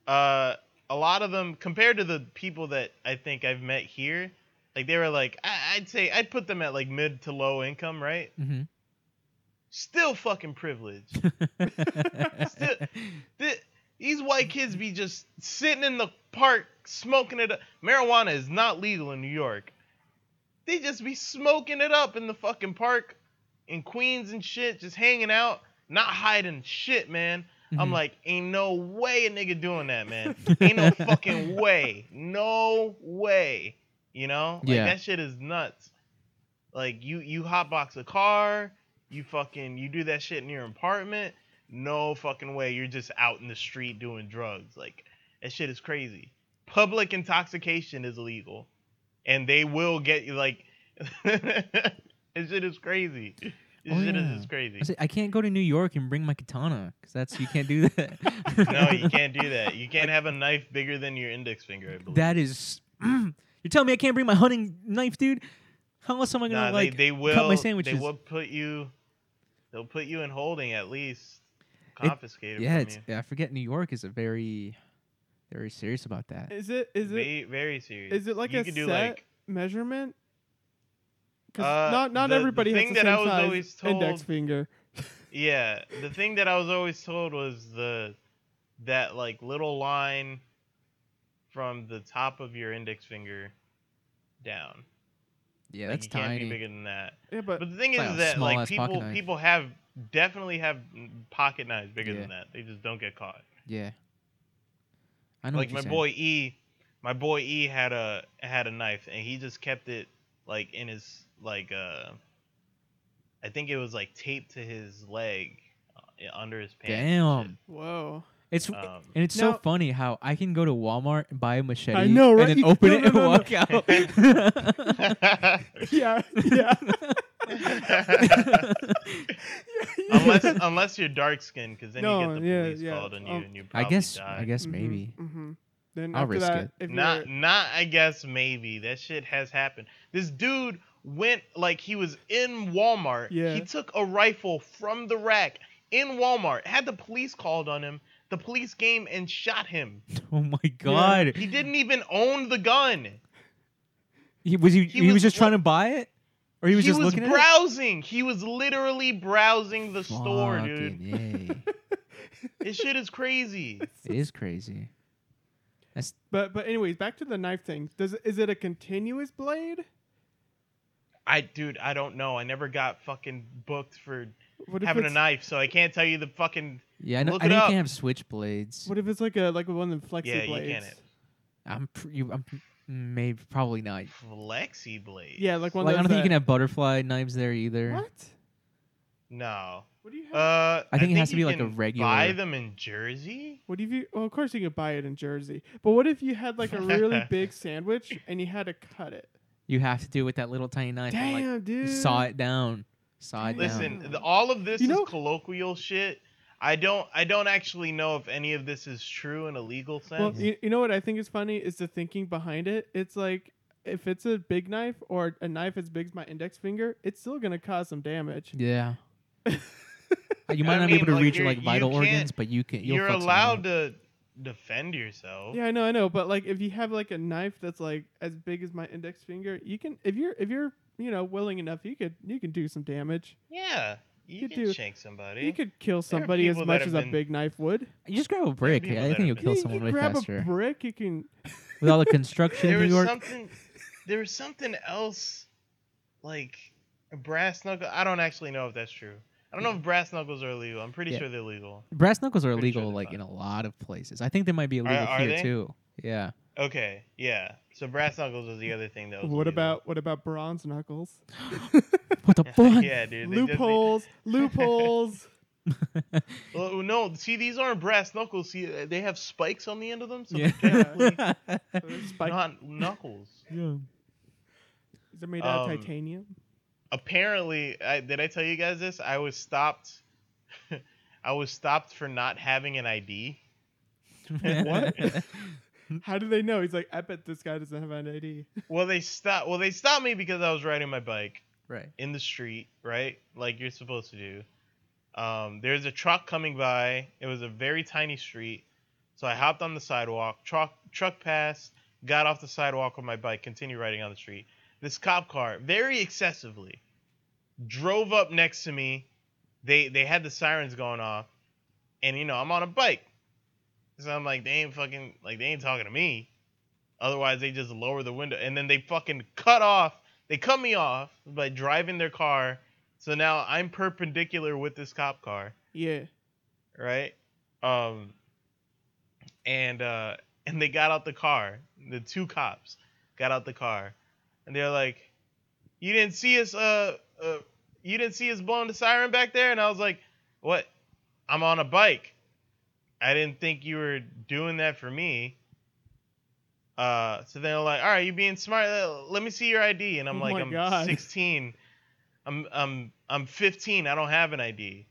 S1: Uh, a lot of them, compared to the people that I think I've met here, like they were like I- I'd say I'd put them at like mid to low income, right?
S3: hmm
S1: Still fucking privileged. Still,
S3: Mm-hmm.
S1: th- these white kids be just sitting in the park smoking it up. Marijuana is not legal in New York. They just be smoking it up in the fucking park in Queens and shit, just hanging out, not hiding shit, man. I'm
S3: Mhm.
S1: like, ain't no way a nigga doing that, man. ain't no fucking way. No way. You know? Like
S3: Yeah.
S1: that shit is nuts. Like you you hotbox a car, you fucking you do that shit in your apartment. No fucking way. You're just out in the street doing drugs. Like that shit is crazy. Public intoxication is illegal. And they will get you like this shit is crazy. This
S3: Oh,
S1: shit
S3: yeah.
S1: is just crazy.
S3: I said, I can't go to New York and bring my katana because that's you can't do that.
S1: No, you can't do that. You can't have a knife bigger than your index finger, I believe.
S3: That is, Mm. you're telling me I can't bring my hunting knife, dude? How else am I gonna
S1: nah,
S3: like
S1: they, they will
S3: cut my sandwiches?
S1: They will put you they'll put you in holding at least.
S3: It-
S1: Confiscated
S3: yeah,
S1: from
S3: it's,
S1: you.
S3: I forget. New York is a very, very serious about that.
S2: is it is it
S1: Ve- very serious.
S2: is it like
S1: you
S2: a
S1: could
S2: set
S1: do like
S2: measurement because
S1: Uh,
S2: not not
S1: the- the
S2: everybody
S1: thing
S2: has the
S1: that I
S2: same
S1: was
S2: size
S1: always
S2: index
S1: told-
S2: finger
S1: yeah. The thing that I was always told was the that like little line from the top of your index finger down.
S3: Yeah,
S1: Like,
S3: that's
S1: you can't be
S3: tiny.
S1: bigger than that.
S2: yeah but
S1: But the thing is,
S3: Like a
S1: that like
S3: small-ass pocket
S1: people
S3: knife.
S1: people have definitely have pocket knives bigger
S3: Yeah.
S1: than that. They just don't get caught.
S3: Yeah, I know.
S1: Like
S3: what
S1: my
S3: you're
S1: boy E, my boy E had a had a knife and he just kept it like in his like uh, I think it was like taped to his leg uh, under his pants. and
S3: Damn.
S2: whoa
S3: It's
S1: shit. Um,
S3: and it's
S2: Now-
S3: so funny how I can go to Walmart and buy a machete,
S2: I know, right?
S3: and then
S2: You-
S3: open
S2: no,
S3: it
S2: no,
S3: and
S2: no, no.
S3: walk out.
S2: yeah yeah
S1: Um, unless unless you're dark skinned, because then
S2: No,
S1: you get the
S2: yeah,
S1: police
S2: yeah.
S1: called on you
S2: Um,
S1: and you
S3: I
S1: probably
S3: guess.
S1: die.
S3: I guess
S2: Mhm,
S3: maybe.
S2: mhm. Then
S3: I'll
S2: after
S3: risk
S2: that,
S3: it.
S2: if
S1: not,
S2: you're-
S1: not. I guess maybe that shit has happened. This dude went like he was in Walmart.
S2: Yeah.
S1: He took a rifle from the rack in Walmart. Had the police called on him. The police came and shot him.
S3: Oh my god.
S1: He didn't even own the gun.
S3: He was he,
S1: He
S3: he was,
S1: was
S3: just trying to buy it? Or he was just looking at it?
S1: browsing. He was literally browsing the store, dude.
S3: Fucking A.
S1: This shit is crazy.
S3: it is crazy. That's
S2: but but anyways, back to the knife thing. Does is it a continuous blade?
S1: I, dude, I don't know. I never got fucking booked for
S2: What if
S1: having a
S2: it's-
S1: knife, so I can't tell you the fucking.
S3: yeah. I know.
S1: Look
S3: I
S1: it
S3: know you
S1: up.
S3: can't have switchblades.
S2: What if it's like a like one of them flexi
S1: yeah,
S2: blades?
S1: you can't.
S3: I'm pr- you, I'm pr- maybe probably not.
S1: Flexi blade.
S2: Yeah, like one.
S3: Like I
S2: of
S3: don't
S2: those
S3: think you can
S2: that-
S3: have butterfly knives there either.
S2: What?
S1: No.
S2: What do you have?
S1: Uh, I
S3: think it has to
S1: you
S3: be like a
S1: can
S3: regular-
S1: Buy them in Jersey.
S2: what if you? Well, of course you can buy it in Jersey. But what if you had like a really big sandwich and you had to cut it?
S3: You have to do it with that little tiny knife. and,
S2: Damn,
S3: like,
S2: dude.
S3: Saw it down. Saw it down.
S1: Listen,
S2: Yeah.
S1: the, all of this
S2: You know-
S1: is colloquial shit. I don't. I don't actually know if any of this is true in a legal
S2: Well,
S1: sense.
S2: you, you know what I think is funny is the thinking behind it. It's like if it's a big knife or a knife as big as my index finger, it's still gonna cause some damage.
S3: Yeah. you might
S1: I
S3: not be
S1: mean,
S3: able to
S1: like,
S3: reach
S1: you're-
S3: like
S1: you
S3: vital
S1: can't-
S3: organs, but you can. You'll
S1: You're
S3: fuck something
S1: allowed
S3: up.
S1: to defend yourself.
S2: Yeah, I know, I know. But like, if you have like a knife that's like as big as my index finger, you can. If you're if you're you know willing enough, you could you can do some damage.
S1: Yeah, you,
S2: You
S1: can
S2: do.
S1: shank somebody.
S2: You could kill
S1: There are
S2: somebody as
S1: people that
S2: much
S1: have
S2: as a
S1: been-
S2: big knife would.
S3: You just grab a brick.
S1: people
S3: I
S1: that
S3: think you'll
S1: have
S3: kill
S2: you
S3: someone
S2: can
S3: way
S2: grab a
S3: faster.
S2: brick. You can.
S3: With all the construction
S1: there
S3: in New
S1: was
S3: York.
S1: something. There was something else, like a brass knuckle. I don't actually know if that's true. I don't know if brass knuckles are illegal. I'm pretty
S3: Yeah.
S1: sure they're legal.
S3: Brass knuckles are
S1: Pretty sure
S3: illegal
S1: they're
S3: like
S1: not.
S3: in a lot of places. I think they might be illegal
S1: are
S3: here
S1: they?
S3: too. Yeah.
S1: Okay, yeah. So brass knuckles was the other thing that was.
S2: What
S1: illegal.
S2: about what about bronze knuckles?
S3: What the fuck?
S1: yeah, dude. they just- they-
S2: loopholes, loopholes.
S1: Well, no, see, these aren't brass knuckles. See, uh, they have spikes on the end of them, so
S3: Yeah.
S1: they're technically
S2: Spike.
S1: not knuckles.
S2: They're made out
S1: Um,
S2: of titanium.
S1: Apparently, I, did I tell you guys this? I was stopped. I was stopped for not having an ID.
S2: What? How do they know? He's like, I bet this guy doesn't have an ID.
S1: Well, they stopped. Well, they stopped me because I was riding my bike
S3: right.
S1: in the street, right? Like you're supposed to do. Um, there's a truck coming by. It was a very tiny street, so I hopped on the sidewalk. Truck truck passed. Got off the sidewalk on my bike. Continued riding on the street. This cop car, very excessively, drove up next to me. They they had the sirens going off, and you know I'm on a bike, so I'm like they ain't fucking like they ain't talking to me. Otherwise they just lower the window, and then they fucking cut off. They cut me off by driving their car. So now I'm perpendicular with this cop car,
S2: Yeah.
S1: right? Um, and uh, and they got out the car. The two cops got out the car, and they're like, "You didn't see us? Uh, uh, you didn't see us blowing the siren back there?" And I was like, "What? I'm on a bike. I didn't think you were doing that for me." Uh, so they're like, "All right, you being smart. Uh, Let me see your ID." And I'm
S2: Oh
S1: like,
S2: my
S1: "I'm
S2: God.
S1: 16. I'm I'm I'm 15. I don't have an ID."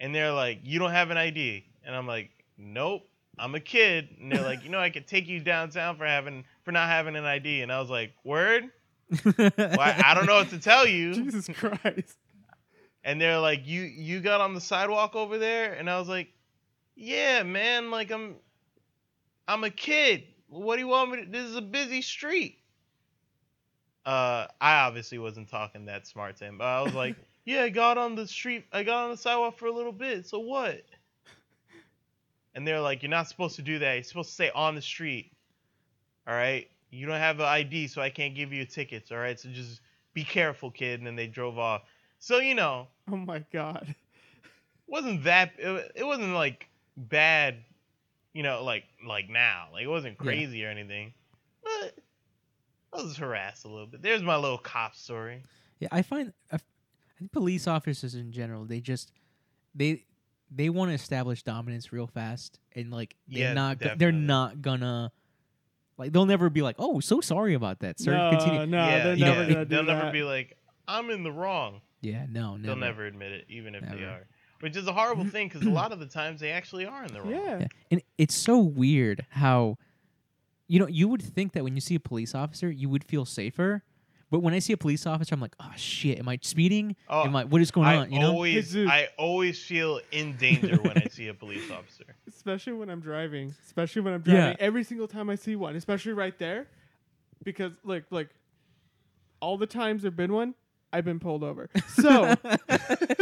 S1: And they're like, "You don't have an ID?" And I'm like, "Nope." I'm a kid, and they're like, you know, I could take you downtown for having for not having an ID, and I was like, word. Well, I, I don't know what to tell you.
S2: Jesus Christ.
S1: And they're like, you you got on the sidewalk over there, and I was like, yeah, man, like I'm I'm a kid. What do you want me to? This is a busy street. Uh, I obviously wasn't talking that smart to him, but I was like, yeah, I got on the street, I got on the sidewalk for a little bit. So what? And they're like, you're not supposed to do that. You're supposed to stay on the street. All right. You don't have an ID, so I can't give you tickets. All right. So just be careful, kid. And then they drove off. So you know,
S2: Oh my God.
S1: wasn't that it, wa- it wasn't like bad you know like like now like it wasn't crazy or anything but i was harassed a little bit there's my little cop story
S3: Yeah, I find I f- I think police officers in general they just they they want to establish dominance real fast and like they're
S1: Yeah,
S3: not go- they're
S1: definitely.
S3: not gonna like they'll never be like oh so sorry about that sir
S2: no,
S3: continue
S2: no, they're
S1: you
S2: never
S1: know,
S2: gonna do
S1: they'll
S2: that.
S1: never be like i'm in the wrong
S3: yeah no no
S1: they'll never admit it even if they
S3: Never.
S1: are which is a horrible thing because a lot of the times they actually are in the wrong
S2: yeah.
S3: and it's so weird how you know, you would think that when you see a police officer, you would feel safer. But when I see a police officer, I'm like, oh shit, am I speeding?
S1: Oh,
S3: am I what is going
S1: I
S3: on? You know,
S1: always,
S2: Jesus.
S1: I always feel in danger when I see a police officer.
S2: especially when I'm driving, especially when I'm
S3: Yeah.
S2: driving. Every single time I see one, especially right there, because like like all the times there've been one, I've been pulled over. So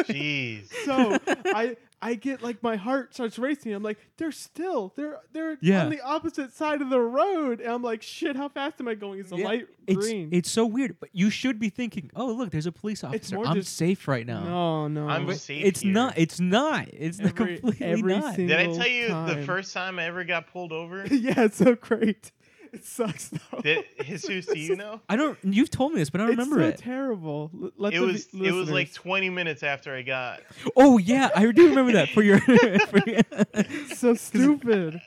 S1: Jeez.
S2: so I I get like my heart starts racing. I'm like they're still they're they're
S3: Yeah.
S2: on the opposite side of the road, and I'm like shit. How fast am I going? Is the
S3: Yeah,
S2: light
S3: it's
S2: green?
S3: it's so weird. But you should be thinking, oh look, there's a police officer.
S2: more
S3: I'm
S2: just-
S3: safe right now.
S2: no no.
S1: I'm
S3: But
S1: safe
S3: it's
S1: here.
S3: not. It's not. It's not
S2: Every-
S3: completely
S2: every
S3: not.
S2: single-
S1: Did I tell you the
S2: time.
S1: first time I ever got pulled over?
S2: yeah, it's so great. It sucks though.
S1: Did Jesus, do you know?
S3: I don't. You've told me this, but I don't
S2: it's
S3: remember
S2: so
S3: it.
S2: terrible. L- let
S1: It
S2: the
S1: was
S2: vi-
S1: it was like
S2: listeners-
S1: 20 minutes after I got.
S3: oh yeah, I do remember that. For your, for your,
S2: so stupid.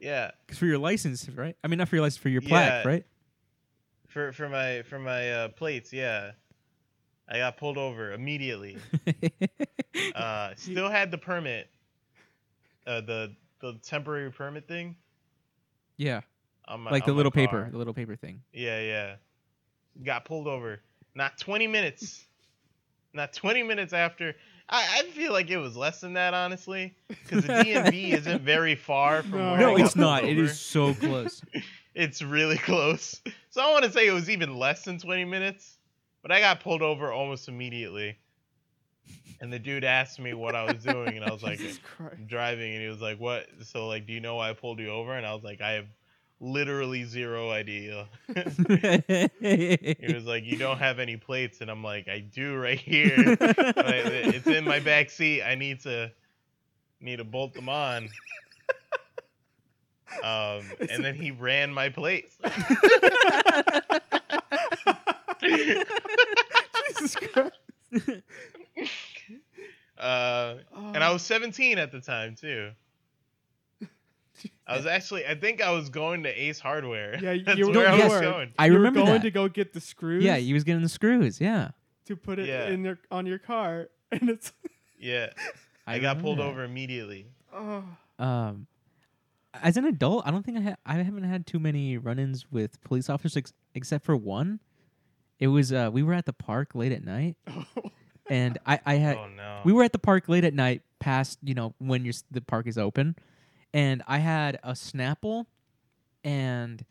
S1: Yeah.
S3: 'cause for your license, right? I mean, not for your license, for your
S1: Yeah.
S3: plaque, right?
S1: For for my for my uh, plates, yeah. I got pulled over immediately. Uh, still had the permit. Uh, the the temporary permit thing
S3: yeah,
S1: on my
S3: like the
S1: on my
S3: little paper,
S1: car.
S3: the little paper thing.
S1: Yeah, yeah. Got pulled over. Not 20 minutes. Not 20 minutes after. I, I feel like it was less than that, honestly, because the DMV isn't very far from
S2: No.
S1: where. I
S3: No,
S1: got
S3: it's
S1: pulled
S3: not. It
S1: over.
S3: is so close.
S1: It's really close. So I want to say it was even less than 20 minutes, but I got pulled over almost immediately. And the dude asked me what I was doing, and I was like,
S2: Jesus Christ.
S1: driving and he was like what so like do you know why i pulled you over and i was like i have literally zero idea he was like you don't have any plates and i'm like i do right here But I- it's in my back seat i need to need to bolt them on um and then he ran my plates
S2: Jesus Christ.
S1: uh and i
S2: Oh,
S1: was 17 at the time too I was actually, I think I was going to Ace Hardware.
S2: Yeah,
S1: That's
S2: you
S1: where
S2: were.
S1: I
S3: No,
S1: was
S3: yes.
S1: going.
S3: I
S2: you were
S3: remember
S2: going
S3: that.
S2: to go get the screws.
S3: yeah, he was getting the screws. Yeah,
S2: to put it
S1: Yeah.
S2: in your on your car, and it's
S1: Yeah, I, got
S3: remember
S1: pulled
S3: that.
S1: over immediately.
S2: oh,
S3: um as an adult i don't think i ha- i haven't had too many run-ins with police officers ex- except for one it was uh we were at the park late at night and i i had
S1: oh no.
S3: we were at the park late at night past you know when your s- the park is open and i had a snapple and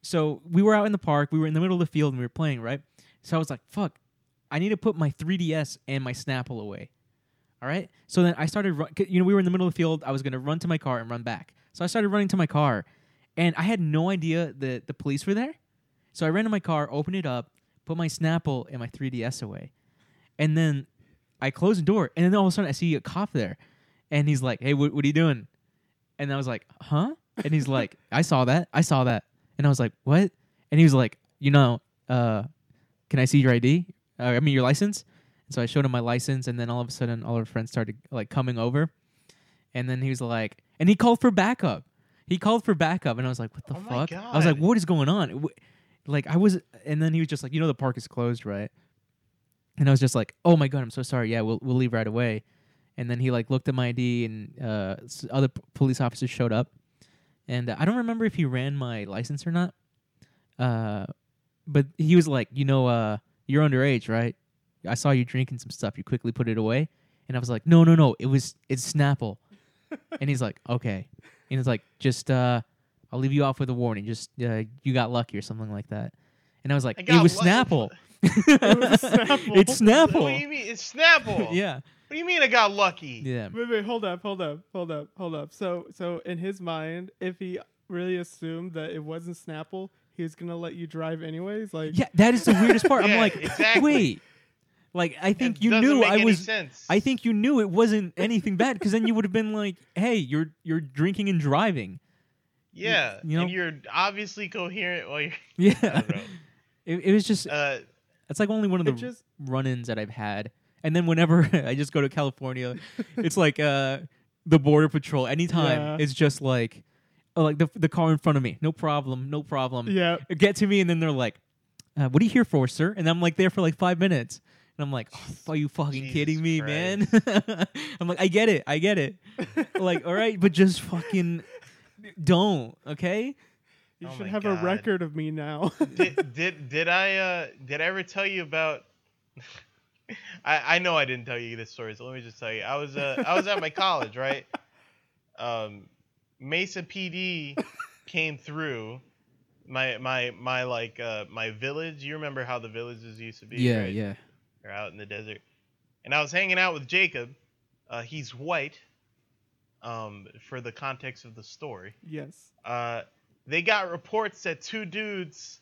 S3: so we were out in the park we were in the middle of the field and we were playing right so i was like fuck i need to put my 3ds and my snapple away all right so then i started run- 'cause, you know we were in the middle of the field i was going to run to my car and run back so i started running to my car and i had no idea that the police were there so i ran to my car opened it up put my snapple and my 3ds away and then I close the door, and then all of a sudden I see a cop there, and he's like, "Hey, what, what are you doing?" And I was like, "Huh?" And he's like, "I saw that. I saw that." And I was like, "What?" And he was like, "You know, uh, can I see your ID? Uh, I mean, your license." And so I showed him my license, and then all of a sudden, all our friends started like coming over, and then he was like, and he called for backup. He called for backup, and I was like, "What the
S1: Oh my
S3: fuck?" I was like,
S1: God.
S3: "What is going on?" Wh- Like I was, and then he was just like, "You know, the park is closed, right?" And I was just like, "Oh my god, I'm so sorry. Yeah, we'll we'll leave right away." And then he like looked at my ID, and uh, s- other p- police officers showed up, and uh, I don't remember if he ran my license or not. Uh, but he was like, "You know, uh, you're underage, right? I saw you drinking some stuff. You quickly put it away." And I was like, "No, no, no. It was it's Snapple." and he's like, "Okay." And he's like, "Just uh, I'll leave you off with a warning. Just uh, you got lucky or something like that." And I was like,
S1: I
S3: "It
S1: got
S3: was
S1: lucky.
S3: Snapple.
S2: was Snapple.
S3: it's
S1: What do
S3: Snapple.
S1: you mean? It's Snapple.
S3: yeah,
S1: What do you mean I got lucky?
S3: yeah,
S2: wait, wait, hold up, hold up, hold up, hold up. So, so in his mind, if he really assumed that it wasn't Snapple, he was gonna let you drive anyways. Like,
S3: yeah." That is the weirdest part. I'm
S1: Yeah,
S3: like,
S1: exactly.
S3: wait, like I
S1: It
S3: think you
S1: doesn't
S3: knew
S1: make
S3: I
S1: any
S3: was
S1: Sense.
S3: I think you knew it wasn't anything bad because then you would have been like, "Hey, you're you're drinking and driving."
S1: Yeah.
S3: you know-
S1: And you're obviously coherent. Well, you're, I
S3: Yeah,
S1: don't know.
S3: it, it was just
S1: Uh,
S3: it's like only one of the
S2: it just
S3: run-ins that I've had. And then whenever I just go to California, it's like uh, the border patrol. Anytime
S2: Yeah.
S3: it's just like, oh, like the the car in front of me, no problem, no problem.
S2: yeah.
S3: Get to me, and then they're like, uh, "What are you here for, sir?" And I'm like, "There for like five minutes." And I'm like, oh, "Are you fucking
S1: Jesus
S3: kidding me, man?" I'm like, "I get it, I get it." like, all right, but just fucking Don't okay.
S2: You
S1: Oh
S2: should
S1: my
S2: have
S1: God.
S2: a record of me now.
S1: did, did did I uh did I ever tell you about? I I know I didn't tell you this story, so let me just tell you. I was uh I was at my college, right? Um, Mesa PD came through my my my like uh my village. You remember how the villages used to be? right?
S3: yeah.
S1: They're out in the desert, and I was hanging out with Jacob. Uh, he's white. Um, for the context of the story
S2: yes.
S1: uh, they got reports that two dudes,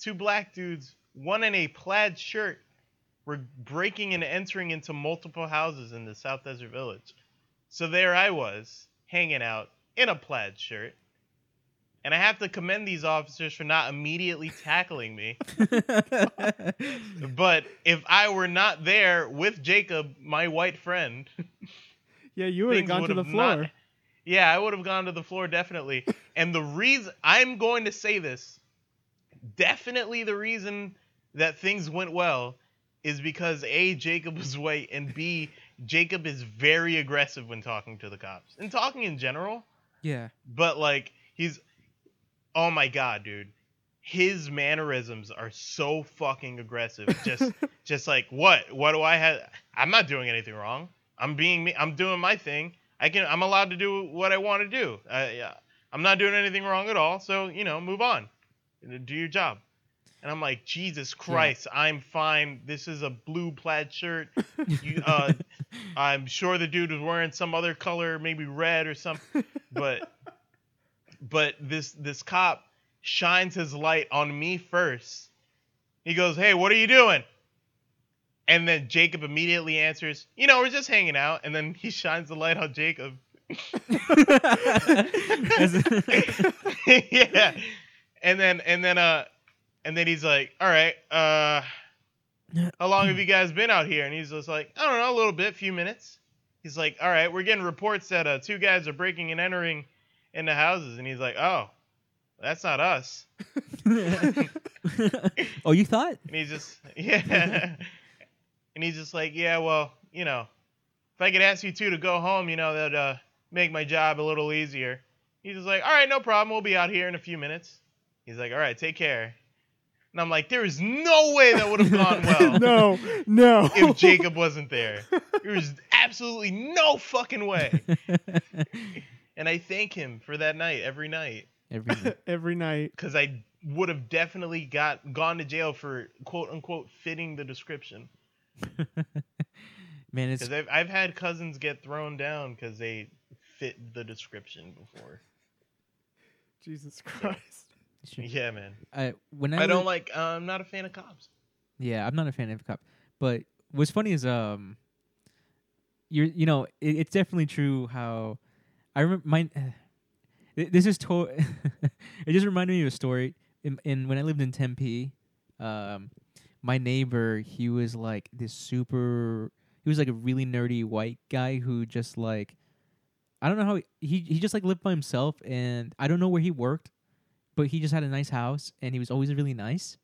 S1: two black dudes, one in a plaid shirt, were breaking and entering into multiple houses in the South Desert Village. So there I was, hanging out in a plaid shirt. And I have to commend these officers for not immediately tackling me. But if I were not there with Jacob, my white friend,
S2: Yeah, you would have
S1: things
S2: gone to
S1: would've
S2: the
S1: not-
S2: floor.
S1: yeah, I would have gone to the floor definitely. and the reason I'm going to say this, definitely the reason that things went well is because a Jacob was white and b Jacob is very aggressive when talking to the cops and talking in general.
S3: yeah.
S1: But like he's, oh my god, dude, his mannerisms are so fucking aggressive. Just, just like what? What do I have? I'm not doing anything wrong. I'm being me. I'm doing my thing. I can. I'm allowed to do what I want to do. I, yeah, I'm not doing anything wrong at all. So you know, move on. Do your job. And I'm like, Jesus Christ, I'm fine. This is a blue plaid shirt. You, uh, I'm sure the dude was wearing some other color, maybe red or something. But but this this cop shines his light on me first. He goes, "Hey, what are you doing?" And then Jacob immediately answers, "You know, we're just hanging out." And then he shines the light on Jacob. yeah. And then and then uh and then he's like, "All right, uh how long have you guys been out here?" And he's just like, "I don't know, a little bit, few minutes." He's like, "All right, we're getting reports that uh two guys are breaking and entering into houses." And he's like, "Oh, that's not us."
S3: oh, you thought?
S1: And he's just yeah. and he's just like, "Yeah, well, you know, if I could ask you two to go home, you know, that'd uh, make my job a little easier." He's just like, "All right, no problem. We'll be out here in a few minutes." He's like, "All right, take care." And I'm like, "There is no way that would have gone well."
S2: no, no.
S1: If Jacob wasn't there, there is absolutely no fucking way. And I thank him for that night every night
S3: Every
S2: Every night.
S1: because I would have definitely got gone to jail for quote unquote fitting the description.
S3: man, it's
S1: Because I've, I've had cousins get thrown down because they fit the description before.
S2: Jesus Christ.
S1: Yeah, man.
S3: I, when I,
S1: I don't
S3: was-
S1: like. Uh, I'm not a fan of cops.
S3: Yeah, I'm not a fan of cop. But what's funny is um, you're you know it, it's definitely true how I remember my eh, th- this is to it just reminded me of a story in, in when I lived in Tempe, um, my neighbor he was like this super he was like a really nerdy white guy who just like I don't know how he he, he just like lived by himself and I don't know where he worked, but he just had a nice house and he was always really nice.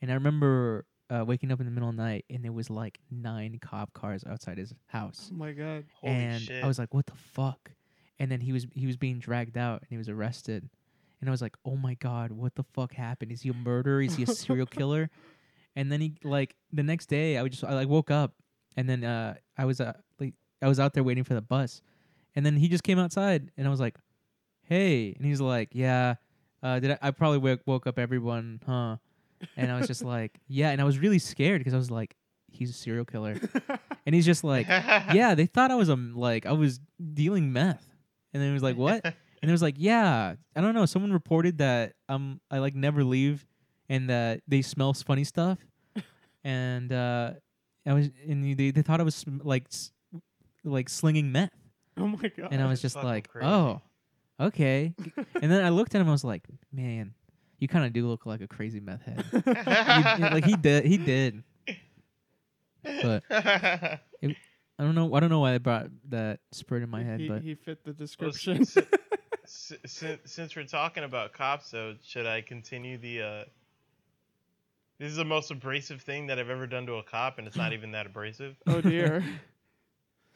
S3: And I remember uh, waking up in the middle of the night and there was like nine cop cars outside his house
S2: Oh my God.
S1: Holy
S3: and
S1: shit.
S3: I was like, "What the fuck?" And then he was he was being dragged out and he was arrested, and I was like, "Oh my god, what the fuck happened? Is he a murderer? Is he a serial killer?" And then he like the next day, I would just I like woke up, and then uh, I was uh, like I was out there waiting for the bus, and then he just came outside, and I was like, "Hey," and he's like, "Yeah, uh, did I, I probably woke, woke up everyone, huh?" And I was just like, "Yeah," and I was really scared because I was like, "He's a serial killer," and he's just like yeah, they thought I was um like I was dealing meth, and then it was like what? and it was like yeah, I don't know. Someone reported that um I like never leave, and that they smell funny stuff, and uh I was and they they thought I was sm- like s- like slinging meth,
S2: Oh my God.
S3: and I was
S1: that's
S3: just
S1: fucking
S3: like
S1: crazy.
S3: oh, okay. and then I looked at him, I was like man, you kind of do look like a crazy meth head. You- like he did, he did. But I don't know. I don't know why I brought that spirit in my head,
S2: he,
S3: but
S2: he fit the
S1: Well, si-
S2: description.
S1: si- si- since, since we're talking about cops, though, should I continue the? Uh, this is the most abrasive thing that I've ever done to a cop, and it's not even that abrasive.
S2: oh dear.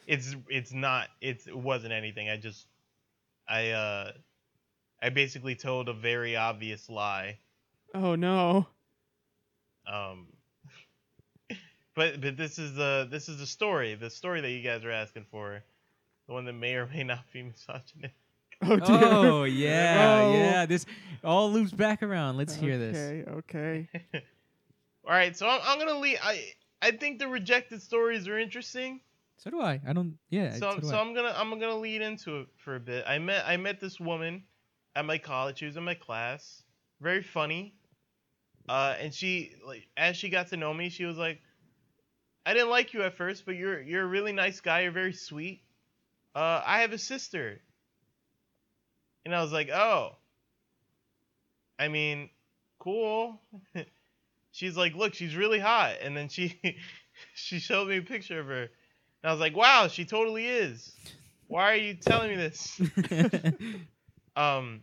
S1: It's it's not. It's it wasn't anything. I just I uh I basically told a very obvious lie.
S2: Oh no.
S1: Um, but but this is the this is the story, the story that you guys are asking for, the one that may or may not be misogynistic.
S2: Oh dear.
S3: Oh yeah,
S2: Oh.
S3: yeah. This all loops back around. Let's hear this.
S2: Okay, okay.
S1: All right, so I'm, I'm gonna leave. I I think the rejected stories are interesting.
S3: So do I. I don't. Yeah.
S1: so,
S3: do
S1: so
S3: I.
S1: I'm gonna I'm gonna lead into it for a bit. I met I met this woman at my college. She was in my class. Very funny. Uh, and she like as she got to know me, she was like, "I didn't like you at first, but you're you're a really nice guy. You're very sweet. Uh, I have a sister." And I was like, "Oh." I mean, cool. she's like, "Look, she's really hot." And then she she showed me a picture of her. And I was like, wow, she totally is. Why are you telling me this? Um,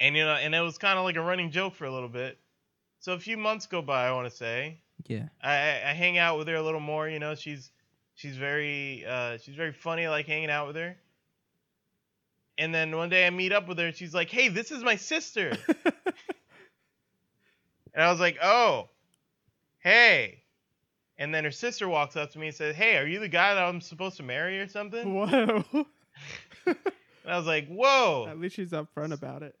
S1: and you know, and it was kind of like a running joke for a little bit. So a few months go by, I want to say.
S3: yeah.
S1: I, I I hang out with her a little more. You know, she's she's very uh, she's very funny. I like hanging out with her. And then one day I meet up with her, and she's like, "Hey, this is my sister." and I was like, "Oh, hey." And then her sister walks up to me and says, "Hey, are you the guy that I'm supposed to marry or something?"
S2: Whoa.
S1: And I was like, "Whoa."
S2: At least she's upfront about it.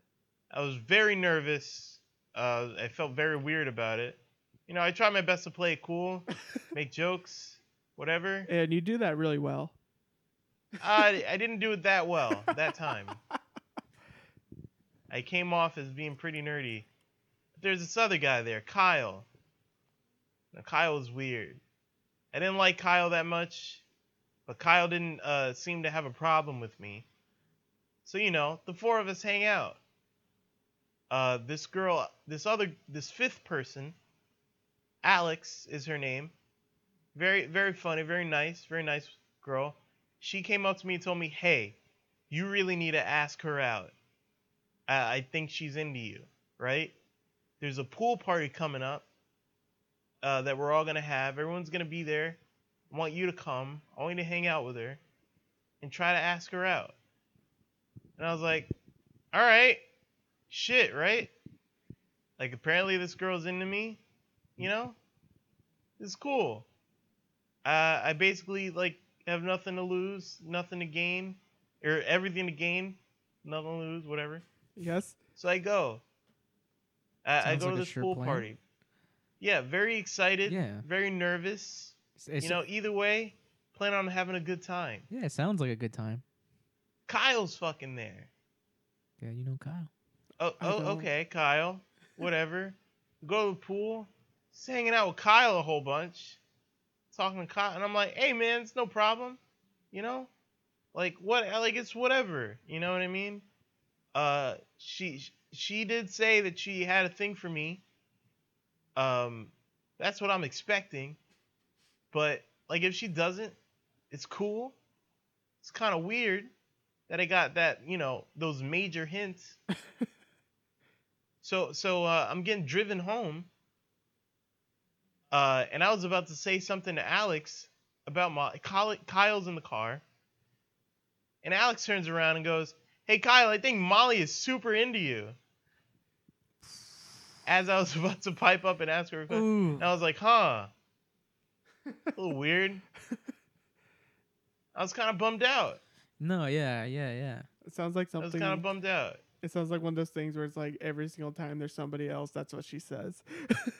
S1: I was very nervous. Uh, I felt very weird about it. You know, I tried my best to play it cool, make jokes, whatever.
S2: And you do that really well.
S1: I, I didn't do it that well that time. I came off as being pretty nerdy. But there's this other guy there, Kyle. Now, Kyle was weird. I didn't like Kyle that much, but Kyle didn't uh, seem to have a problem with me. So you know, the four of us hang out. Uh, this girl, this other, this fifth person, Alex is her name. Very, very funny, very nice, very nice girl she came up to me and told me, "Hey, you really need to ask her out. I, I think she's into you, right? There's a pool party coming up uh, that we're all gonna have. Everyone's gonna be there. I want you to come. I want you to hang out with her and try to ask her out." And I was like, "All right, shit, right? Like apparently this girl's into me, you know? It's cool." Uh, I basically like have nothing to lose, nothing to gain, or everything to gain, nothing to lose, whatever.
S2: Yes.
S1: So I go. I, I
S3: Sounds
S1: go
S3: like
S1: to
S3: a
S1: this
S3: sure
S1: pool
S3: plan.
S1: party. Yeah, very excited.
S3: Yeah.
S1: Very nervous.
S3: It's- it's-
S1: you know, either way, plan on having a good time.
S3: Yeah. It sounds like a good time.
S1: Kyle's fucking there.
S3: Yeah. You know Kyle.
S1: Oh,
S2: I
S1: oh
S2: don't-
S1: okay, Kyle. Whatever. Go to the pool. Just hanging out with Kyle a whole bunch. Talking to Kyle. And I'm like, hey, man, it's no problem. You know? Like, what? Like, it's whatever. You know what I mean? Uh, she she did say that she had a thing for me. Um, that's what I'm expecting. But like, if she doesn't, it's cool. It's kind of weird that I got that you know those major hints. so so uh, I'm getting driven home. Uh, and I was about to say something to Alex about my Kyle, Kyle's in the car. And Alex turns around and goes, "Hey Kyle, I think Molly is super into you." As I was about to pipe up and ask her a question.
S3: Ooh.
S1: And I was like, huh. A little weird. I was kind of bummed out.
S3: No. Yeah. Yeah. Yeah.
S2: It sounds like
S1: I was
S2: something.
S1: kind of bummed out.
S2: it sounds like one of those things where it's like every single time there's somebody else, that's what she says.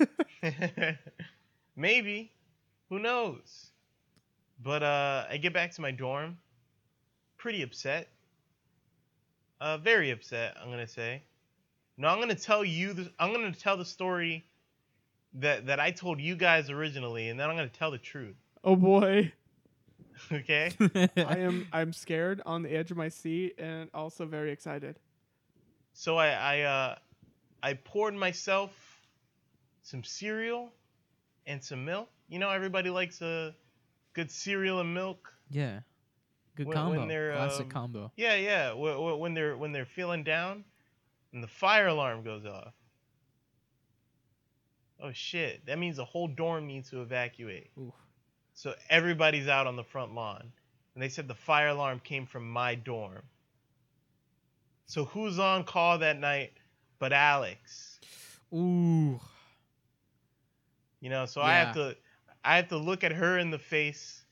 S1: Maybe. Who knows? But uh, I get back to my dorm. Pretty upset. Uh, very upset, I'm going to say. No, I'm going to tell you, the, I'm going to tell the story that, that I told you guys originally, and then I'm going to tell the truth.
S2: oh boy.
S1: Okay?
S2: I am I'm scared on the edge of my seat and also very excited.
S1: So I I, uh, I poured myself some cereal and some milk. You know, everybody likes a good cereal and milk.
S3: yeah. Good
S1: When- when
S3: combo.
S1: they're,
S3: Classic
S1: um,
S3: combo.
S1: Yeah, yeah. W- w- when they're when they're feeling down, and the fire alarm goes off. Oh shit! That means the whole dorm needs to evacuate.
S3: Ooh.
S1: So everybody's out on the front lawn, and they said the fire alarm came from my dorm. So who's on call that night but Alex?
S3: Ooh.
S1: You know, so I have
S3: Yeah.
S1: to I have to look at her in the face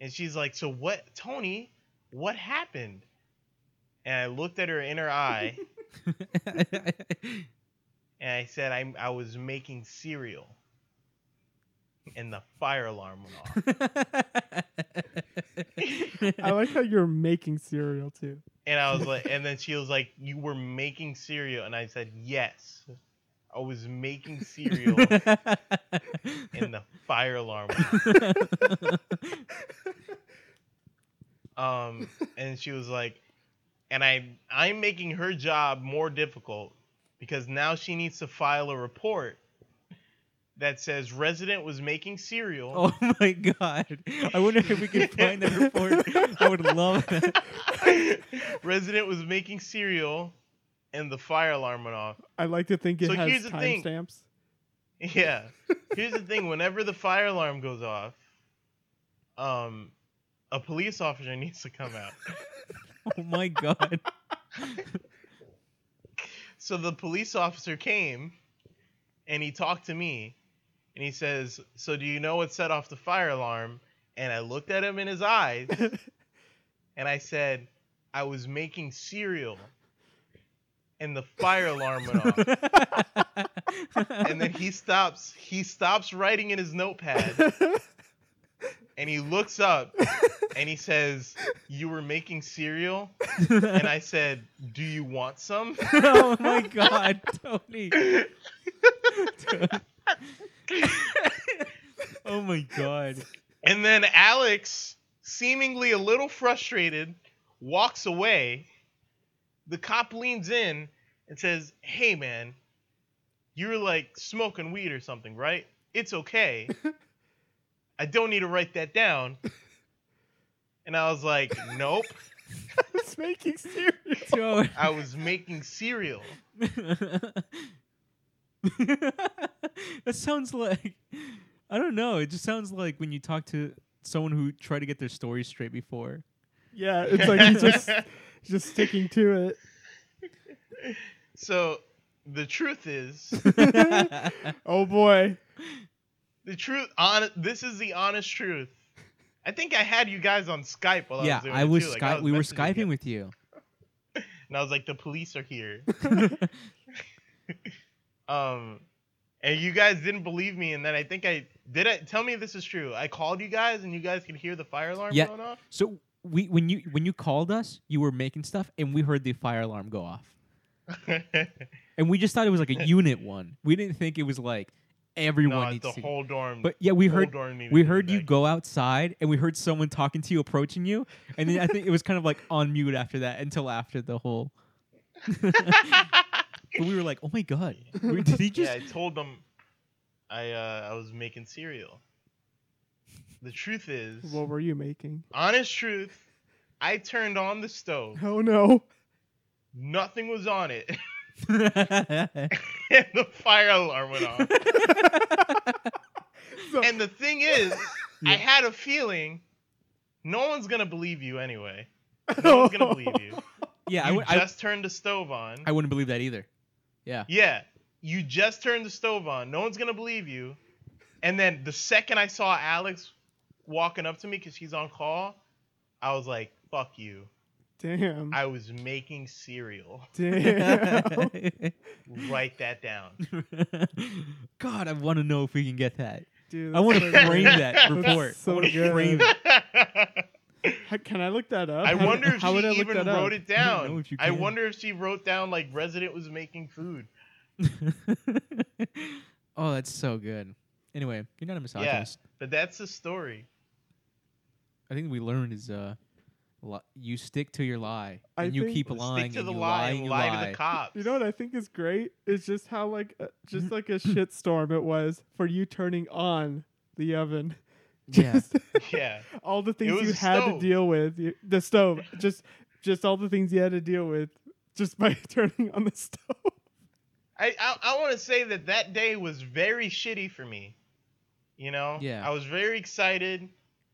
S1: and she's like, "So what, Tony? What happened?" And I looked at her in her eye and I said, "I I was making cereal." And the fire alarm went off.
S2: I like how you're making cereal too.
S1: And I was like, and then she was like, "You were making cereal," and I said, "Yes, I was making cereal." and the fire alarm. Went off. um, and she was like, and I I'm making her job more difficult because now she needs to file a report that says resident was making cereal.
S3: oh my god! I wonder if we could find that report. I would love that.
S1: resident was making cereal, and the fire alarm went off.
S2: I like to think it
S1: So here's
S2: has
S1: the thing.
S2: timestamps.
S1: Yeah. Here's the thing: whenever the fire alarm goes off, um, a police officer needs to come out.
S3: Oh my god!
S1: So the police officer came, and he talked to me, and he says, "So do you know what set off the fire alarm?" And I looked at him in his eyes, and I said, "I was making cereal." And the fire alarm went off. And then he stops. He stops writing in his notepad, and he looks up and he says, "You were making cereal," and I said, "Do you want some?"
S3: oh my god, Tony. oh my god.
S1: And then Alex, seemingly a little frustrated, walks away. The cop leans in and says, "Hey man, you're like smoking weed or something, right? It's okay. I don't need to write that down." And I was like, "Nope,
S2: it's making cereal.
S3: Joe.
S1: I was making cereal."
S3: that sounds like I don't know. It just sounds like when you talk to someone who tried to get their story straight before.
S2: Yeah, it's like he's just just sticking to it.
S1: So the truth is,
S2: Oh boy.
S1: the truth. On this is the honest truth. I think I had you guys on Skype while I
S3: yeah,
S1: was doing
S3: I
S1: it,
S3: was,
S1: too. Like,
S3: Sky-
S1: I was
S3: we were
S1: messaging
S3: skyping
S1: you.
S3: with you.
S1: and I was like, the police are here. Um, and you guys didn't believe me, and then I think I did. I tell me this is true. I called you guys, and you guys could hear the fire alarm
S3: Yeah.
S1: going off.
S3: so we when you when you called us, you were making stuff, and we heard the fire alarm go off, and we just thought it was like a unit one. We didn't think it was like everyone
S1: no, it's
S3: needs
S1: the
S3: to.
S1: whole dorm.
S3: but yeah, we
S1: whole
S3: heard
S1: dorm needed
S3: we
S1: to be
S3: heard you
S1: back.
S3: go outside, and we heard someone talking to you, approaching you, and then I think it was kind of like on mute after that until after the whole. But we were like, oh my god, we- did he just?
S1: yeah, I told them I uh, I was making cereal. The truth is,
S2: What were you making?
S1: honest truth, I turned on the stove.
S2: Oh no.
S1: Nothing was on it, and the fire alarm went off.
S2: So-
S1: And the thing is,
S3: Yeah.
S1: I had a feeling no one's gonna believe you anyway. No one's gonna believe you.
S3: yeah, I,
S1: You
S3: would, I,
S1: just turned the stove on.
S3: I wouldn't believe that either.
S1: yeah, you just turned the stove on. No one's gonna believe you. And then the second I saw Alex walking up to me because she's on call, I was like, "Fuck you!"
S2: Damn.
S1: I was making cereal.
S2: Damn.
S1: Write that down.
S3: God, I want to know if we can get that.
S2: Dude,
S3: I want to
S2: that's so
S3: frame
S2: good.
S3: that report.
S2: so
S3: I want to
S2: good.
S3: frame it.
S2: How- Can I look that up?
S1: I
S2: How-
S1: wonder if
S2: how would
S1: she
S2: I look
S1: even
S2: that up?
S1: wrote it
S3: I don't know
S1: down.
S3: if you
S1: I,
S3: can.
S1: wonder if she wrote down like resident was making food.
S3: oh, that's so good. Anyway, you're not a misogynist.
S1: But that's the story.
S3: I think we learned is uh, li- you stick to your lie
S2: I
S3: and you
S2: think-
S3: keep
S1: Stick
S3: lying
S1: to
S3: and
S1: the
S3: you
S1: lie
S3: lie
S1: and
S3: and you
S1: lie,
S3: lie.
S1: to the cops.
S2: You know what I think is great is just how like uh,
S3: Mm.
S2: just like a shitstorm it was for you turning on the oven.
S3: Yeah.
S2: Just
S1: Yeah.
S2: all the things
S1: was
S2: you
S1: a
S2: had to
S1: stove.
S2: deal with. You, the stove, just just all the things you had to deal with just by turning on the stove.
S1: I I, I want to say that that day was very shitty for me. You know.
S3: Yeah.
S1: I was very excited.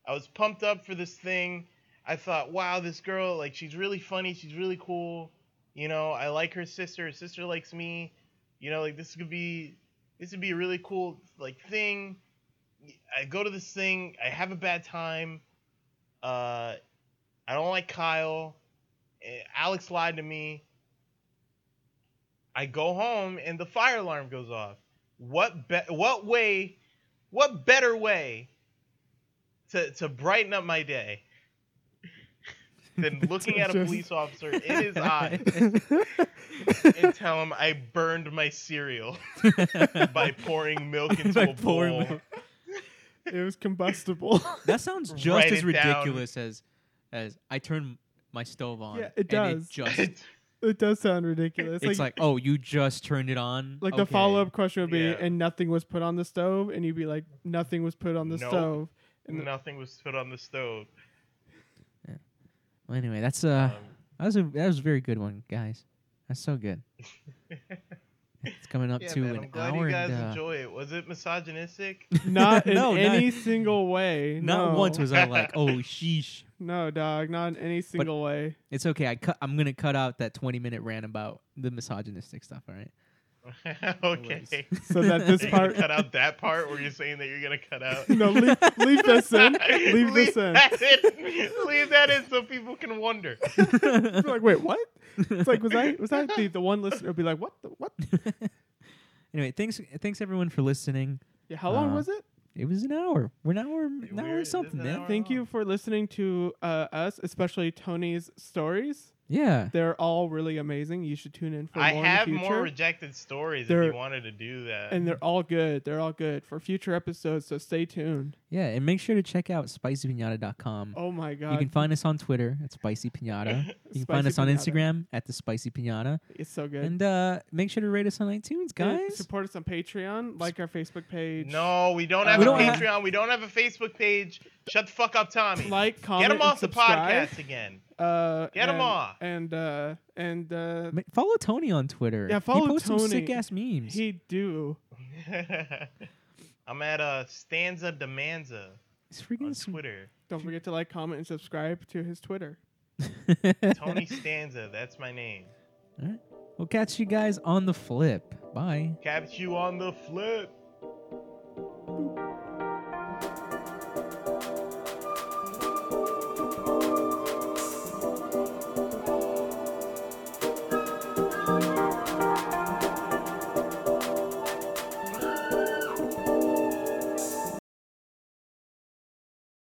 S1: I was pumped up for this thing. I thought, wow, this girl like she's really funny. She's really cool. you know, I like her sister. Her sister likes me. You know, like this could be this would be a really cool like thing. I go to this thing. I have a bad time. Uh, I don't like Kyle. Eh, Alex lied to me. I go home and the fire alarm goes off. What be- what way? What better way to to brighten up my day than looking at a
S2: Just-
S1: police officer in his eyes and tell him I burned my cereal by pouring milk into
S3: By
S1: a
S3: pouring
S1: bowl.
S3: milk.
S2: it was combustible.
S3: That sounds just
S1: Write
S3: as
S1: it down.
S3: ridiculous as as I turn my stove on.
S2: Yeah, it
S3: and
S2: does.
S3: just it's,
S1: It's-
S2: it does sound ridiculous. like,
S3: like, oh, you just turned it on.
S2: like the
S3: Okay.
S2: follow up question would be,
S1: Yeah.
S2: and nothing was put on the stove, and you'd be like, nothing was put on the
S1: Nope.
S2: stove. And the-
S1: Nothing was put on the stove.
S3: Well, anyway, that's uh,
S1: Um,
S3: that was a that was a very good one, guys. That's so good. it's coming up
S1: yeah,
S3: to
S1: man,
S3: an
S1: I'm glad
S3: hour
S1: you guys
S3: and. uh,
S1: enjoy it. Was it misogynistic?
S2: Not in
S3: No, not-
S2: any single way.
S3: Not
S2: no.
S3: once was I like, "Oh, sheesh."
S2: No, dog, not in any single way.
S3: It's okay. I cut. I'm gonna cut out that 20 minute rant about the misogynistic stuff. All right. No worries.
S1: okay.
S2: So that this
S1: You're gonna
S2: part-
S1: cut out that part where you're saying that you're gonna cut out.
S2: No, leave, leave this in. Leave this in.
S1: That in. Leave that in so people can wonder.
S2: It's like, wait, what? It's like, was I was I the, the one listener? Would be like, what? The, what?
S3: anyway, thanks thanks everyone for listening.
S2: Yeah, how long
S3: Uh,
S2: was it?
S3: It was an hour. We're an hour, an hour
S1: We're-
S3: or something,
S1: an
S3: man.
S1: hour.
S2: Thank you for listening to uh, us, especially Tony's stories.
S3: Yeah.
S2: They're all really amazing. You should tune in for
S1: I
S2: more
S1: have
S2: in the future.
S1: more rejected stories
S2: There-
S1: if you wanted to do that.
S2: and they're all good. They're all good for future episodes. So stay tuned.
S3: Yeah, and make sure to check out spicypinata.com.
S2: Oh my god,
S3: you can find us on Twitter at Spicy Pinata. You can find
S2: Spicy
S3: us on
S2: Pinata.
S3: Instagram at the Spicy Pinata.
S2: It's so good.
S3: And uh, make sure to rate us on iTunes,
S2: And
S3: guys.
S2: support us on Patreon. Like our Facebook page.
S1: no, we don't
S2: Uh,
S1: have
S2: we
S1: a
S2: don't
S3: have-
S1: Patreon. We don't have a Facebook page. Shut the fuck up, Tommy.
S2: Like, comment,
S1: Get him
S2: and
S1: off the
S2: subscribe.
S1: podcast again.
S2: Uh,
S1: Get 'em
S2: and-
S1: off.
S2: And uh, and uh,
S3: Ma- Follow Tony on Twitter.
S2: Yeah, follow
S3: he posts
S2: Tony.
S3: some sick ass memes.
S2: he do.
S1: I'm at uh, Stanza Demanza
S3: He's freaking
S1: on
S3: some-
S1: Twitter.
S2: Don't forget to like, comment, and subscribe to his Twitter.
S1: Tony Stanza, that's my name.
S3: We'll catch you guys on the flip. Bye.
S1: Catch you on the flip.